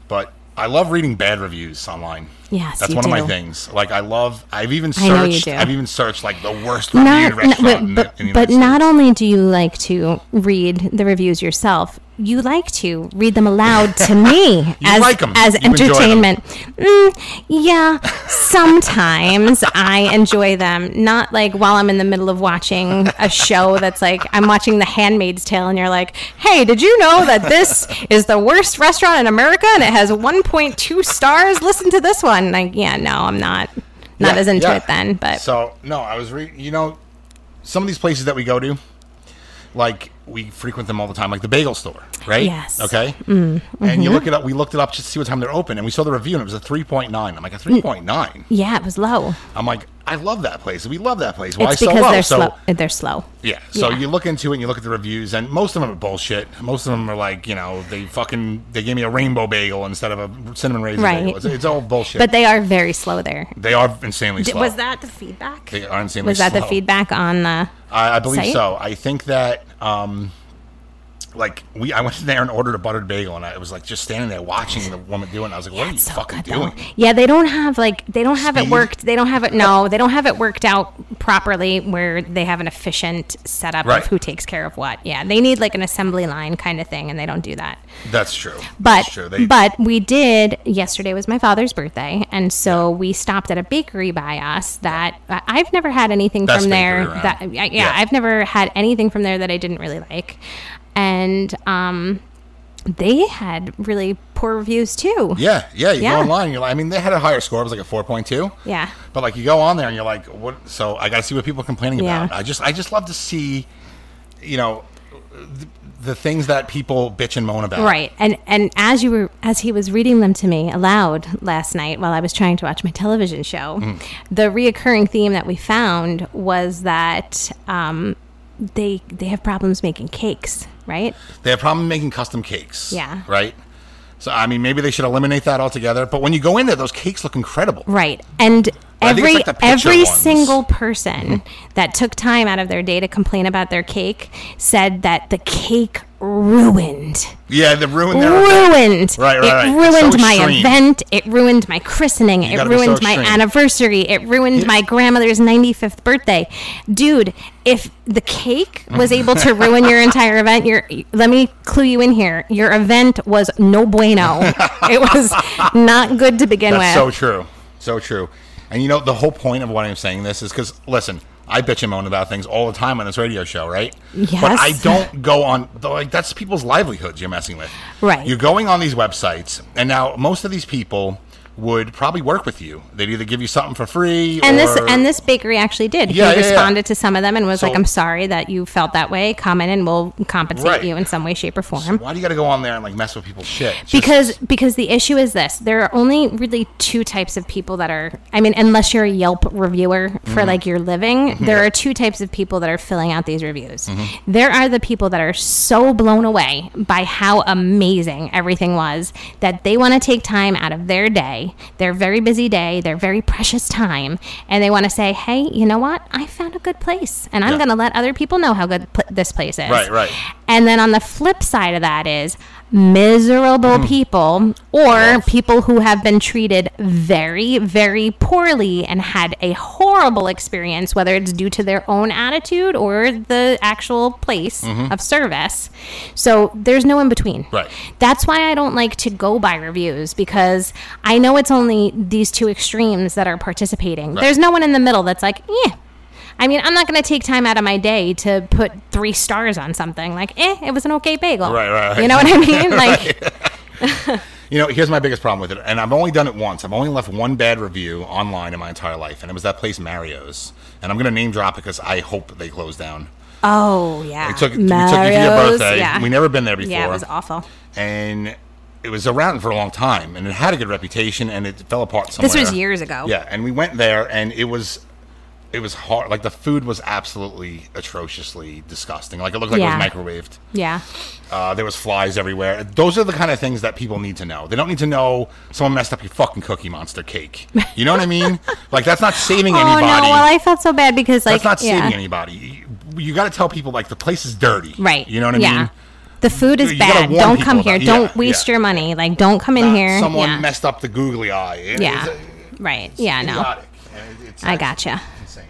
but I love reading bad reviews online.
Yes,
that's
you
one of my
do.
things. Like I love. I've even
I know you
searched.
do.
I've even searched like the worst reviewed
not,
restaurant.
not-
in the,
but,
in the
but, but
United
not
States.
only do you like to read the reviews yourself you like to read them aloud to me as,
like 'em.
as
You enjoy 'em.
entertainment mm, yeah sometimes i enjoy them not like while i'm in the middle of watching a show that's like i'm watching the handmaid's tale and you're like hey did you know that this is the worst restaurant in america and it has 1.2 stars listen to this one like yeah no i'm not not
Yeah,
as into
yeah.
it then but
so no, I was reading. You know, some of these places that we go to, like we frequent them all the time, like the bagel store, right?
Yes. Mm, mm-hmm.
Okay. And you look it up. We looked it up just to see what time they're open, and we saw the review, and it was a three point nine. I'm
Mm.
like a three point nine.
yeah it was low
I'm like, I love that place. We love that place. Why
it's
so
because
low?
they're
so
slow. They're slow.
yeah. So
Yeah.
you look into it, and you look at the reviews, and most of them are bullshit. Most of them are like, you know, they fucking they gave me a rainbow bagel instead of a cinnamon raisin
Right.
bagel. It's, it's all bullshit.
But they are very slow there.
they are insanely
D-
slow.
Was that the feedback?
They are insanely
Was that the
slow.
feedback on uh, the?
I, I believe
Site?
so. I think that um, like we, I went in there and ordered a buttered bagel, and I was like just standing there watching the woman do it. And I was like, what are you
It's so
fucking
good, though.
doing?
Yeah, they don't have like they don't have it
Speed?
worked. They don't have it. No, they don't have it worked out properly where they have an efficient setup
Right.
of who takes care of what. Yeah, they need like an assembly line kind of thing, and they don't do that.
That's true.
But
That's true. They,
but we did yesterday was my father's birthday, and so we stopped at a bakery by us that I- I've never had anything
Best
from
bakery
there
around.
that I- yeah,
Yeah.
I've never had anything from there that I didn't really like, and um, they had really poor reviews too.
yeah, yeah. You
Yeah.
go online, you're like, I mean, they had a higher score. It was like a four point two.
Yeah.
But like you go on there and you're like, what? So I got to see what people are complaining
Yeah.
about. I just, I just love to see, you know, the, the things that people bitch and moan about.
Right. And and as you were as he was reading them to me aloud last night while I was trying to watch my television show,
Mm-hmm.
the reoccurring theme that we found was that um, they they have problems making cakes, right?
They have a problem making custom cakes.
Yeah.
Right. So I mean, maybe they should eliminate that altogether. But when you go in there, those cakes look incredible.
Right. And
I think it's
every
like the picture
every
ones. Mm-hmm.
single person that took time out of their day to complain about their cake said that the cake ruined
Yeah, the ruin there.
ruined.
Right, right,
it
right. It's
ruined
so
my
extreme.
event. It ruined my christening. It
gotta be so
ruined my
extreme.
anniversary. It ruined my grandmother's 95th birthday. Dude, if the cake was able to ruin your entire event, your let me clue you in here. Your event was no bueno. it was not good to begin
That's so
with.
true. So true. And you know, the whole point of why I'm saying this is because, listen, I bitch and moan about things all the time on this radio show, right? But
Yes.
I don't go on, like, that's people's livelihoods you're messing with.
Right.
You're going on these websites, and now most of these people would probably work with you. They'd either give you something for free
And this
or-
and this bakery actually did.
Yeah, yeah,
he
yeah.
responded to some of them and was
So-
like, "I'm sorry that you felt that way. Come in and we'll compensate
Right.
you in some way, shape, or form."
Why do you got to go on there and like mess with people's shit? It's just-
because because the issue is this there are only really two types of people that are i mean unless you're a yelp reviewer for
Mm-hmm.
like your living there are two types of people that are filling out these reviews
Mm-hmm.
there are the people that are so blown away by how amazing everything was that they want to take time out of their day their very busy day their very precious time and they want to say hey you know what i found a good place and i'm
Yeah.
going to let other people know how good pl- this place is
Right, right.
and then on the flip side of that is miserable people or people who have been treated very, very poorly and had a horrible experience, whether it's due to their own attitude or the actual place of service. So there's no in between.
Right.
That's why I don't like to go by reviews because I know it's only these two extremes that are participating. There's no one in the middle that's like, eh. I mean, I'm not going to take time out of my day to put three stars on something like, eh, it was an okay bagel.
Right, right, right.
You know what I mean? Like,
you know, here's my biggest problem with it, and I've only done it once. I've only left one bad review online in my entire life, and it was that place Mario's. And I'm gonna name drop because I hope they close down.
oh yeah,
We took, we took you to your
Mario's,
birthday.
Yeah.
We never been there before. Oh,
Yeah, it was awful.
and it was around for a long time, and it had a good reputation, and it fell apart somewhere.
was years ago.
Yeah, and we went there, and it was. It was hard. Like the food was absolutely atrociously disgusting. Like it looked like
Yeah.
it was microwaved.
Yeah,
Uh, there was flies everywhere. Those are the kind of things that people need to know. They don't need to know someone messed up your fucking Cookie Monster cake. You know what I mean? like that's not saving
Oh
anybody.
no! Well, I felt so bad because like
that's not saving
yeah.
anybody. You, got to tell people like the place is dirty.
Right.
You know what I
yeah.
mean?
The food is
You gotta
bad.
warn
Don't come
people
here.
about-
Don't
yeah,
waste
yeah.
your money. Like, don't come in
Not
here.
Someone
yeah.
messed up the googly eye. It-
Yeah.
it's-
Right. Yeah. No.
idiotic. And it- it's-
I
it's
gotcha.
Insane.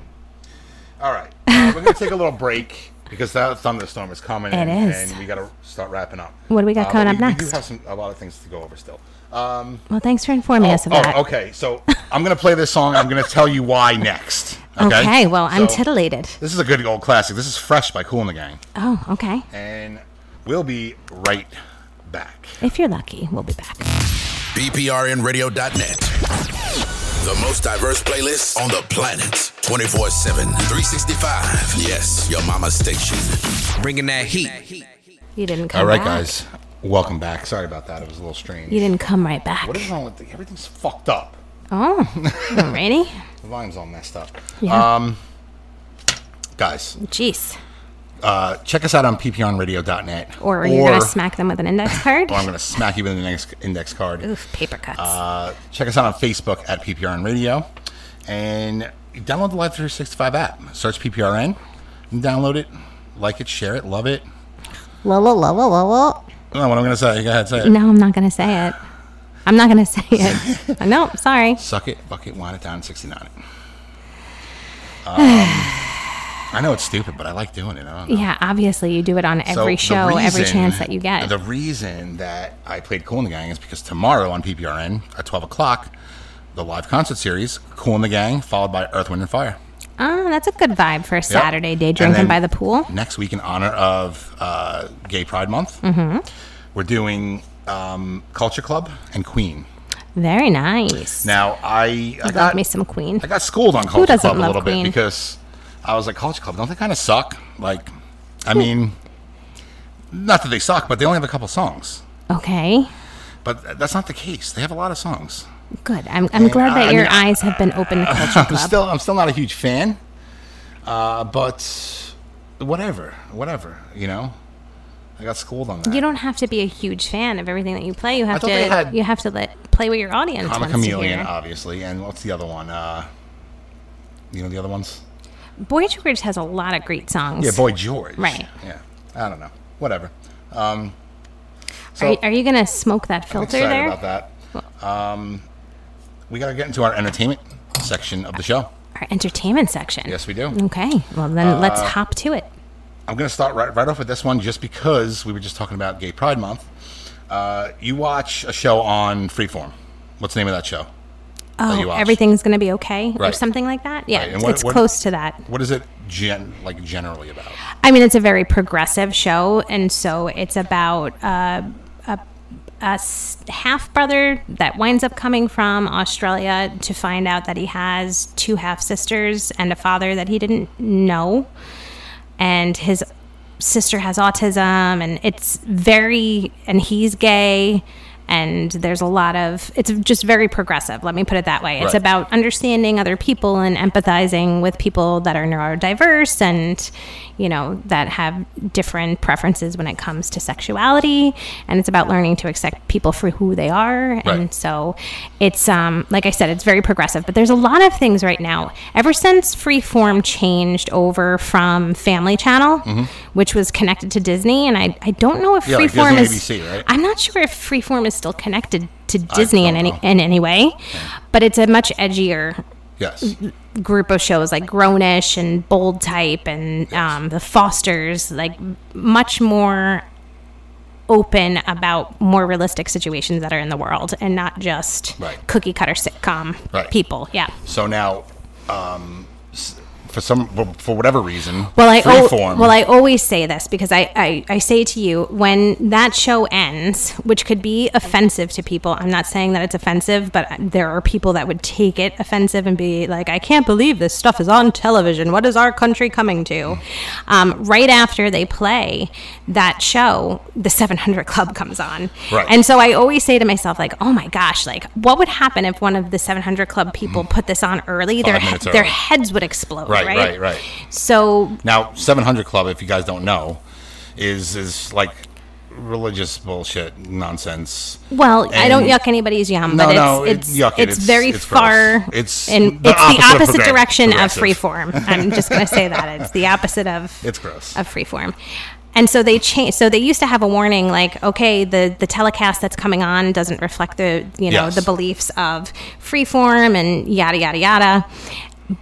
All right. Uh, we're gonna take a little break because that thunderstorm is coming.
It
and,
is.
and we gotta start wrapping up. Uh,
What do we got
but
coming up
we- We
next?
do have some, a lot of things to go over still. Um,
Well, thanks for informing us of
oh,
that.
okay. So I'm gonna play this song. I'm gonna tell you why next. Okay.
Okay, well, I'm
So,
titillated.
This is a good old classic. This is Fresh by Cool and the Gang,
Oh, okay.
and we'll be right back.
If you're lucky, we'll be back.
BPRNradio.net. The most diverse playlist on the planet. 24 7, 365. Yes, your mama's station.
Bringing that heat.
You didn't come.
All right,
back.
guys. Welcome back. Sorry about that. It was a little strange.
You didn't come right back.
What is wrong with the, everything's fucked up?
Oh, alrighty.
The line's all messed up.
Yeah.
Um, guys,
Jeez.
uh, check us out on ppronradio.net.
Or are you gonna smack them with an index card?
Or I'm gonna smack you with an index, index card.
Oof, paper cuts.
Uh, check us out on Facebook at PPRN Radio, and download the Live 365 app. Search PPRN, and download it, like it, share it, love it.
la la la la la la.
Oh, what I'm gonna say? Go ahead, say it.
No, I'm not gonna say it. I'm not gonna say it. no, sorry.
Suck it, buck it, wind it down, 69 it. Um, I know it's stupid, but I like doing it. I don't know.
Yeah, obviously you do it on
So
every
the
show, every
reason-
chance that you get.
The reason that I played Cool in the Gang is because tomorrow on PPRN at 12 o'clock, the live concert series, Cool in the Gang, followed by Earth, Wind, and Fire.
Ah, that's a good vibe for a
Yep.
Saturday day
And
drinking
then
by the pool.
Next week, in honor of uh, Gay Pride Month,
Mm-hmm.
we're doing um, Culture Club and Queen.
Very nice.
Now, I, I
Love
got
me some Queen.
I got schooled on Culture
doesn't
Club a
love
little
Queen?
bit because I was like, Culture Club, don't they kind of suck? Like, I
Hmm.
mean, not that they suck, but they only have a couple songs.
Okay.
But th- that's not the case. They have a lot of songs.
Good. I'm, I'm glad that
I
your
mean,
eyes have been open to Culture
I'm
Club.
still, I'm still not a huge fan, uh, but whatever, whatever. You know, I got schooled on that.
you don't have to be a huge fan of everything that you play. You have
thought they
to
had-
you have to let play what your audience
I'm a
wants
chameleon, uh,
to hear.
obviously. And what's the other one? Uh, you know the other ones?
Boy George has a lot of great songs.
Yeah, Boy George.
Right.
Yeah. I don't know. Whatever. Um, so
Are, are you gonna smoke that
I'm
filter
excited
there?
about that. Um, we got to get into our entertainment section of the show.
Our entertainment section.
Yes, we do. Uh,
Okay. Well, then let's hop to it.
I'm going to start right, right off with this one just because we were just talking about Gay Pride Month. Uh, you watch a show on Freeform. What's the name of that show? that you
Oh,
watch?
everything's gonna be okay, or
Right.
something like that. Yeah,
Right, and what-
it's
what-
close to that.
What is it gen like generally about?
I mean, it's a very progressive show, and so it's about uh, a half brother that winds up coming from Australia to find out that he has two half sisters and a father that he didn't know. And his sister has autism, and it's very, and he's gay. And there's a lot of, it's just very progressive, let me put it that way.
Right.
It's about understanding other people and empathizing with people that are neurodiverse and, you know, that have different preferences when it comes to sexuality. And it's about learning to accept people for who they are.
Right.
And so it's, um, like I said, it's very progressive. But there's a lot of things right now. Ever since Freeform changed over from Family Channel, which was connected to Disney, and I, I don't know if
Mm-hmm. Yeah, like
Freeform
Disney
is.
ABC, right?
I'm not sure if Freeform is still connected to Disney in
don't
any
know.
in any way, but it's a much edgier
Yes.
group of shows like Grownish and Bold Type and um, The Fosters, like m- much more open about more realistic situations that are in the world and not just
Right.
cookie cutter sitcom
Right.
people. Yeah.
So now, um, s- for some for whatever reason,
Well, I al-
Freeform-
well, I always say this because I, I I say to you when that show ends, which could be offensive to people. I'm not saying that it's offensive, but there are people that would take it offensive and be like, "I can't believe this stuff is on television. What is our country coming to?" Um, right after they play that show, the 700 Club comes on,
Right.
and so I always say to myself, like, "Oh my gosh! Like, what would happen if one of the 700 Club people put this on early? their
Mm-hmm. minutes
their
early.
heads would explode,
right, right, right,
So
Now, 700 Club, if you guys don't know, is is like religious bullshit nonsense.
Well, I don't
And-
yuck anybody's yum,
No,
but
no, it-
it's it's,
yuck it.
it's
It's-
very
it's gross.
far.
It's
in,
the
it's
opposite of
the opposite
progress-
direction of
progressive.
freeform. I'm just going to say that it's the opposite of
It's gross.
of freeform. And so they changed. So they used to have a warning like, okay, the the telecast that's coming on doesn't reflect the you know
Yes.
the beliefs of freeform and yada yada yada.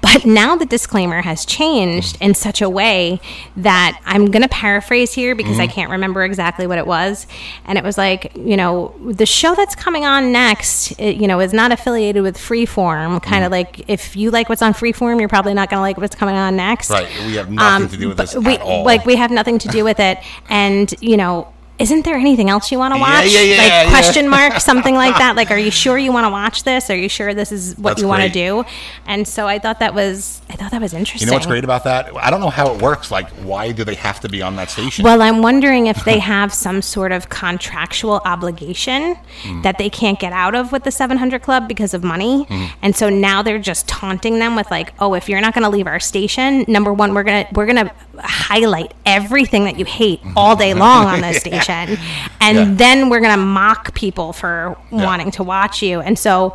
But now the disclaimer has changed in such a way that I'm going to paraphrase here because
Mm-hmm.
I can't remember exactly what it was. And it was like, you know, the show that's coming on next, it, you know, is not affiliated with Freeform. Kind of
Mm.
like if you like what's on Freeform, you're probably not going to like what's coming on next
Right. We have nothing to do with
Um, but
this
we,
at all.
Like we have nothing to do with it, and you know, isn't there anything else you want to
Yeah,
watch?
yeah, yeah,
like
yeah.
question mark, something like that. Like, are you sure you want to watch this? Are you sure this is what
That's
you want to
great.
do? And so I thought that was, I thought that was
you
interesting.
know what's great about that? I don't know how it works. Like, why do they have to be on that station?
Well, I'm wondering if they have some sort of contractual obligation that they can't get out of with the 700 Club because of money. And so now they're just taunting them with like, "Oh, if you're not going to leave our station, number one, we're going to we're going to highlight everything that you hate all day long on this station. And
Yeah.
then we're going to mock people for
Yeah.
wanting to watch you." And so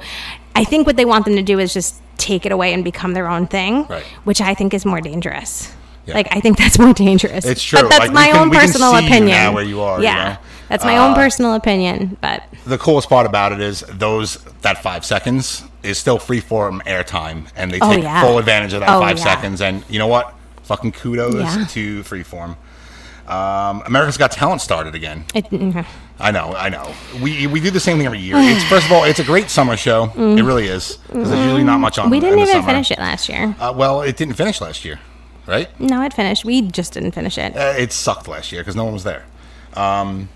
I think what they want them to do is just take it away and become their own thing,
Right.
which I think is more dangerous.
Yeah.
Like I think that's more dangerous.
It's true.
But that's
Like, we
my
can-
own
we can
personal
see you
opinion.
now where you are, you
Yeah.
know? Uh,
That's my own personal opinion, but
the coolest part about it is those that five seconds is still free form airtime, and they
Oh,
take
yeah.
full advantage of that
Oh,
five
yeah.
seconds. And you know what? Fucking kudos
Yeah.
to Freeform. Um, America's Got Talent started again.
it, mm,
I know, I know. We we do the same thing every year. It's first of all, it's a great summer show. It really is 'cause there's usually not much on.
Mm-hmm. we didn't
in the
even
summer.
finish it last year.
Uh, well, it didn't finish last year, right?
No, it finished. We just didn't finish it.
Uh, it sucked last year because no one was there. Um,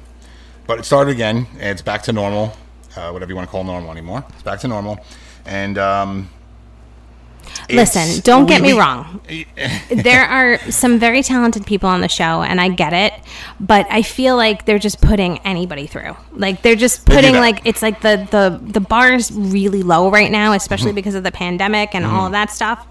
but it started again. And it's back to normal, uh, whatever you want to call normal anymore. It's back to normal, and um, it's-
Listen, don't get
we-
me
we-
wrong. there are some very talented people on the show, and I get it, but I feel like they're just putting anybody through. Like they're just
do
putting
that.
like it's like the the the bar is really low right now,
Mm-hmm.
especially because of the pandemic and all of that stuff.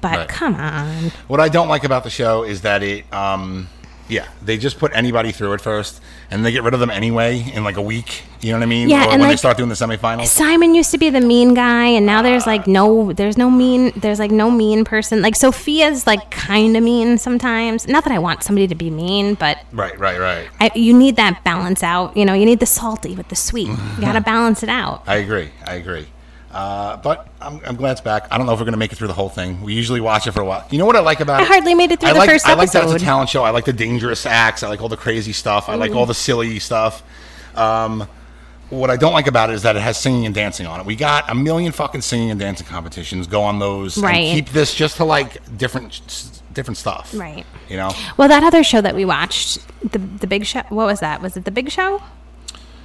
But
Right.
come on,
What I don't like about the show is that it, um, yeah, they just put anybody through at first, and they get rid of them anyway in like a week. You know what I mean?
Yeah,
or
and,
when they
like-
start doing the semifinals.
Simon used to be the mean guy, and now there's like no, there's no mean, there's like no mean person. Like Sophia's like kind of mean sometimes. Not that I want somebody to be mean, but
Right, right, right.
I, you need that balance out. You know, you need the salty with the sweet. You gotta balance it out.
I agree. I agree. Uh, but I'm, I'm glad it's back. I don't know if we're going to make it through the whole thing. We usually watch it for a while. You know what I like about
I
it?
hardly made it through
I
the
like,
first
I like that it's a
episode. Mm.
talent show. I like the dangerous acts. I like all the crazy stuff. I like all the silly stuff. Um, what I don't like about it is that it has singing and dancing on it. We got a million fucking singing and dancing competitions. Go on those.
Right.
And keep this just to like different s- different stuff.
Right.
You know?
Well, that other show that we watched, the the Big Show. What was that? Was it the Big Show?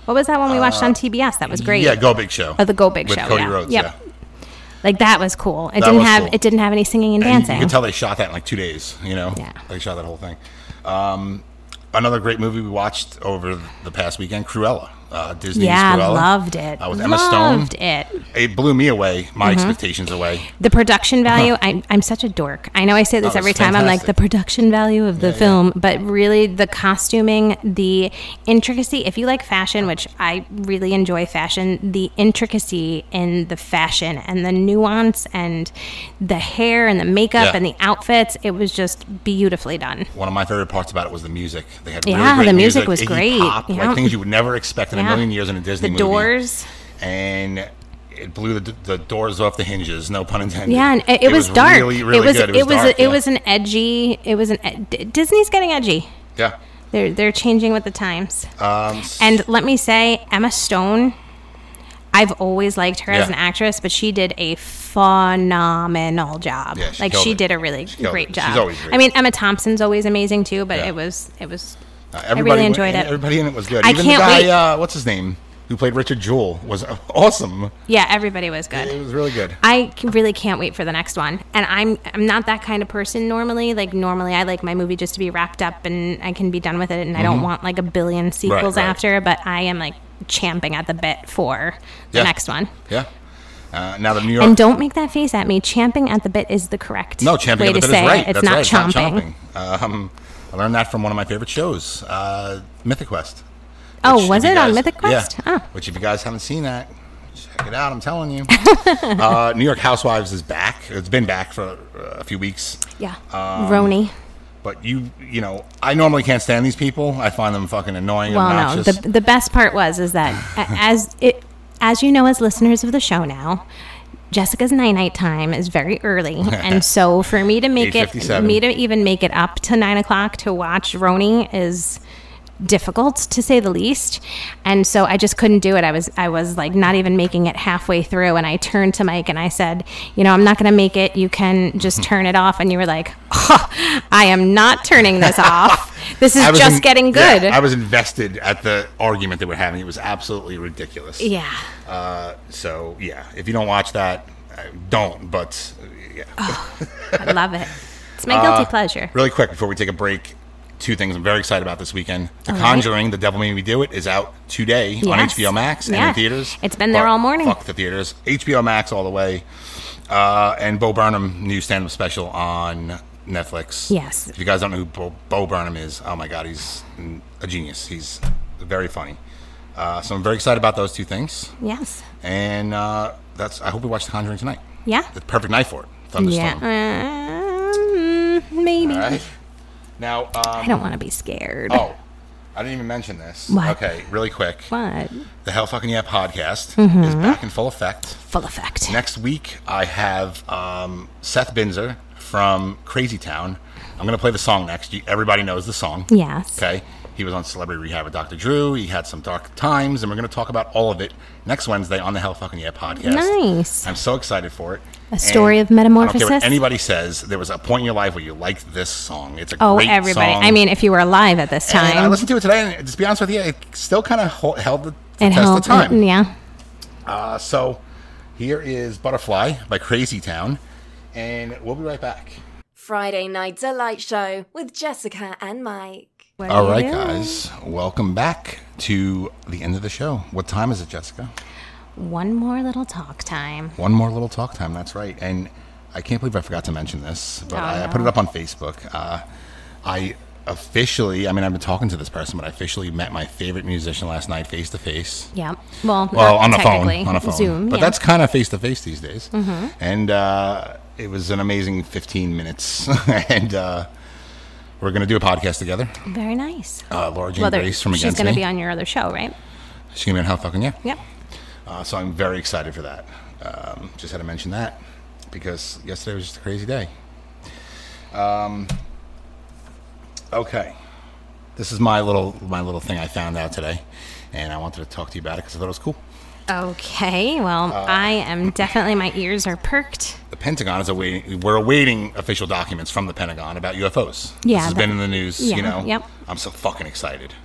What was that one we watched on TBS? That was great.
Uh, Yeah, Go Big Show.
Oh, the Go Big
With
Show.
Cody
yeah.
Rhodes.
Yep.
Yeah.
Like that was cool. It
That
didn't
was
have
cool.
it didn't have any singing and
And
dancing.
You can tell they shot that in like two days. You know,
Yeah.
they shot that whole thing. Um, another great movie we watched over the past weekend, Cruella. Uh, Disney's
yeah,
Cruella.
loved it.
Uh, with Emma Stone.
loved it.
It blew me away,
Mm-hmm.
my expectations away.
The production value. I'm I'm such a dork. I know I say this
Uh-huh. Oh,
every
it's
time. I'm like
fantastic.
the production value of the film, but really the costuming, the intricacy. If you like fashion, which I really enjoy fashion, the intricacy in the fashion and the nuance and the hair and the makeup
Yeah.
and the outfits. It was just beautifully done.
One of my favorite parts about it was the music. They had really
Yeah,
great
the music was
Iggy
great,
Pop,
yeah.
Like things you would never expect in a
Yeah.
million years in a Disney
The
movie.
doors.
and it blew the, the doors off the hinges. No pun intended.
Yeah, and it, it was, dark.
Really, really
it was
good.
it was
dark,
it
yeah.
was an edgy. It was an ed- D- Disney's getting edgy.
yeah.
They're they're changing with the times.
Um,
and let me say, Emma Stone. I've always liked her as
Yeah.
an actress, but she did a phenomenal job.
Yeah, she
like
killed
she
it.
did a really
She killed
great
it. She's
job.
always great.
I mean, Emma Thompson's always amazing too, but
Yeah.
it was it was.
uh,
I
everybody w-
really enjoyed it.
Everybody in it was good.
I
Even
can't
the guy,
wait.
Uh, what's his name? Who played Richard Jewell was awesome.
Yeah, everybody was good.
It was really good.
I c- really can't wait for the next one. And I'm I'm not that kind of person normally. Like normally I like my movie just to be wrapped up and I can be done with it and I don't want like a billion sequels
Mm-hmm. right.
after, but I am like champing at the bit for the
Yeah.
next one.
Yeah. Uh, now the New York.
And don't make that face at me. Champing at the bit is the correct
No, champion
way
of the
to
bit
say
is right.
it.
That's
It's not
right.
chomping.
It's not chomping. Um, I learned that from one of my favorite shows, uh, Mythic Quest.
Oh,
which
was
if
it
you
on
guys-
Mythic Quest?
Yeah.
Oh.
Which, if you guys haven't seen that, check it out. I'm telling you. uh, New York Housewives is back. It's been back for uh, a few weeks.
Yeah. Ah, Roni.
But you, you know, I normally can't stand these people. I find them fucking annoying,
Well, no.
obnoxious.
The the best part was is that a- as it as you know as listeners of the show now, Jessica's night night time is very early, and so for me to make it
8:57.
me to even make it up to nine o'clock to watch Roni is difficult to say the least and so i just couldn't do it i was i was like not even making it halfway through and i turned to mike and i said you know i'm not going to make it you can just turn it off and you were like oh, i am not turning this off this is
I was
just
in-
getting
yeah,
good
I was invested at the argument they were having. It was absolutely ridiculous.
yeah.
Uh, so yeah, if you don't watch that, uh, don't. But uh, yeah.
I love it. It's my guilty
Uh,
pleasure.
Really quick before we take a break, two things I'm very excited about this weekend. The
right.
Conjuring, The Devil Made Me Do It, is out today on
Yes.
HBO Max and
Yeah.
in theaters.
It's been there
But
all morning.
Fuck the theaters. HBO Max all the way. Uh, and Bo Burnham new stand-up special on Netflix.
Yes.
If you guys don't know who Bo, Bo Burnham is, oh my god, he's a genius. He's very funny. Uh, so I'm very excited about those two things.
Yes.
And uh, that's. I hope we watch The Conjuring tonight.
Yeah.
The perfect night for it. Thunderstorm.
Yeah. Um, maybe.
All right. Now. Um,
I don't want to be scared.
Oh, I didn't even mention this.
What?
Okay, really quick.
But
The Hell Fucking Yeah podcast
Mm-hmm.
is back in full effect.
full effect.
Next week, I have um, Seth Binzer from Crazy Town. I'm going to play the song next. You, everybody knows the song.
Yes.
Okay. He was on Celebrity Rehab with Dr. Drew. He had some dark times, and we're going to talk about all of it next Wednesday on the Hell Fucking Yeah podcast.
Nice.
I'm so excited for it.
A story of
I don't care what
metamorphosis?
anybody says. There was a point in your life where you liked this song. It's a
Oh,
great
everybody.
song.
I mean, if you were alive at this
And I
time,
listened to it today, and just to be honest with you, it still kind of held the, the
it
test
helped.
of time.
Yeah.
Uh, so here is Butterfly by Crazy Town, and we'll be right back.
Friday Night Delight Show with Jessica and Mike.
What
All
do you
right,
do?
guys, welcome back to the end of the show. What time is it, Jessica?
One more little talk time.
One more little talk time. That's right. And I can't believe I forgot to mention this, but
Oh,
I, I
no.
put it up on Facebook. Uh, I officially, I mean, I've been talking to this person, but I officially met my favorite musician last night face to face.
Yeah. Well,
well
not
on a phone
technically.
on a phone
Zoom.
but
yeah. Mm-hmm.
that's kind of face to face these days and uh, it was an amazing 15 minutes and uh, we're going to do a podcast together
very nice.
uh, laura jane
Well, there-
grace from
she's
against
going to
me
be on your other show, right?
she's going to be on how fucking yeah
Yep.
uh, so i'm very excited for that um, just had to mention that because yesterday was just a crazy day um, okay this is my little my little thing i found out today and i wanted to talk to you about it because i thought it was cool
Okay. Well,
Uh,
I am definitely my ears are perked.
the Pentagon is awaiting. We're awaiting official documents from the Pentagon about UFOs.
Yeah,
this has
that-
been in the news.
yeah,
you know.
yep.
I'm so fucking excited.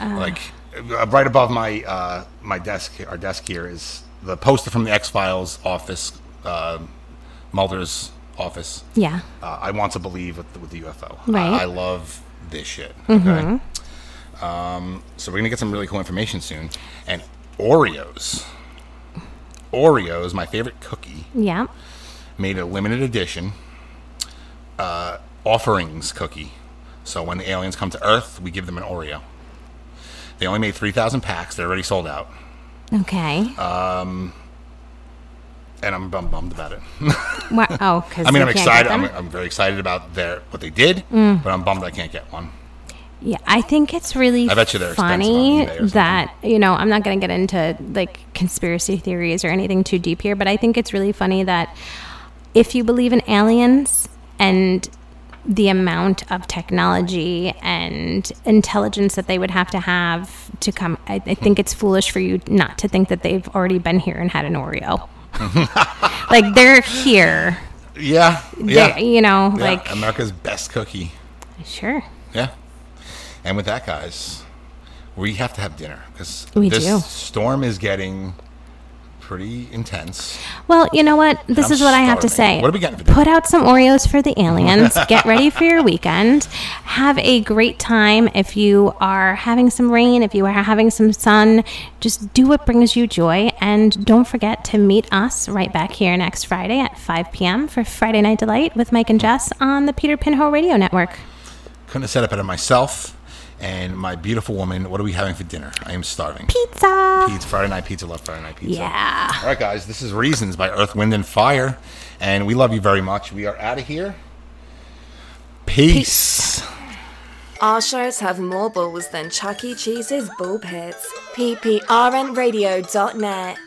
like uh, right above my uh, my desk, our desk here is the poster from the X Files office, uh, Mulder's office.
Yeah.
Uh, I want to believe with the, with the UFO.
Right.
I, I love this shit. Okay.
Mm-hmm.
Um, so we're gonna get some really cool information soon, and Oreos. Oreos, my favorite cookie,
Yeah.
made a limited edition uh, offerings cookie. So when the aliens come to Earth, we give them an Oreo. They only made 3,000 packs. They're already sold out.
Okay.
Uh, And I'm bum- bummed about it.
Wha- oh, because
I mean, I'm excited. I'm, I'm very excited about their what they did,
Mm.
but I'm bummed I can't get one.
Yeah, I think it's really
I bet you they're expensive on eBay
funny
or something.
that you know I'm not going to get into like conspiracy theories or anything too deep here, but I think it's really funny that if you believe in aliens and the amount of technology and intelligence that they would have to have to come, I, I think it's foolish for you not to think that they've already been here and had an Oreo. like they're here.
Yeah.
They're,
Yeah.
you know,
Yeah,
like
America's best cookie.
sure.
Yeah. And with that, guys, we have to have dinner because
We
this
do.
storm is getting pretty intense.
Well, you know what? This
I'm
is what I have to
starving.
say.
What are we getting for dinner?
Put out some Oreos for the aliens. Get ready for your weekend. Have a great time. If you are having some rain, if you are having some sun, just do what brings you joy. And don't forget to meet us right back here next Friday at 5 p.m. for Friday Night Delight with Mike and Jess on the Peter Pinhole Radio Network.
Couldn't have set up better myself and my beautiful woman. What are we having for dinner? I am starving.
Pizza.
Pizza, Friday night pizza, love Friday night pizza.
Yeah.
All right, guys, this is Reasons by Earth, Wind, and Fire. And we love you very much. We are out of here. Peace.
Our shows have more balls than Chuck E. Cheese's bull pits. PPRNradio.net.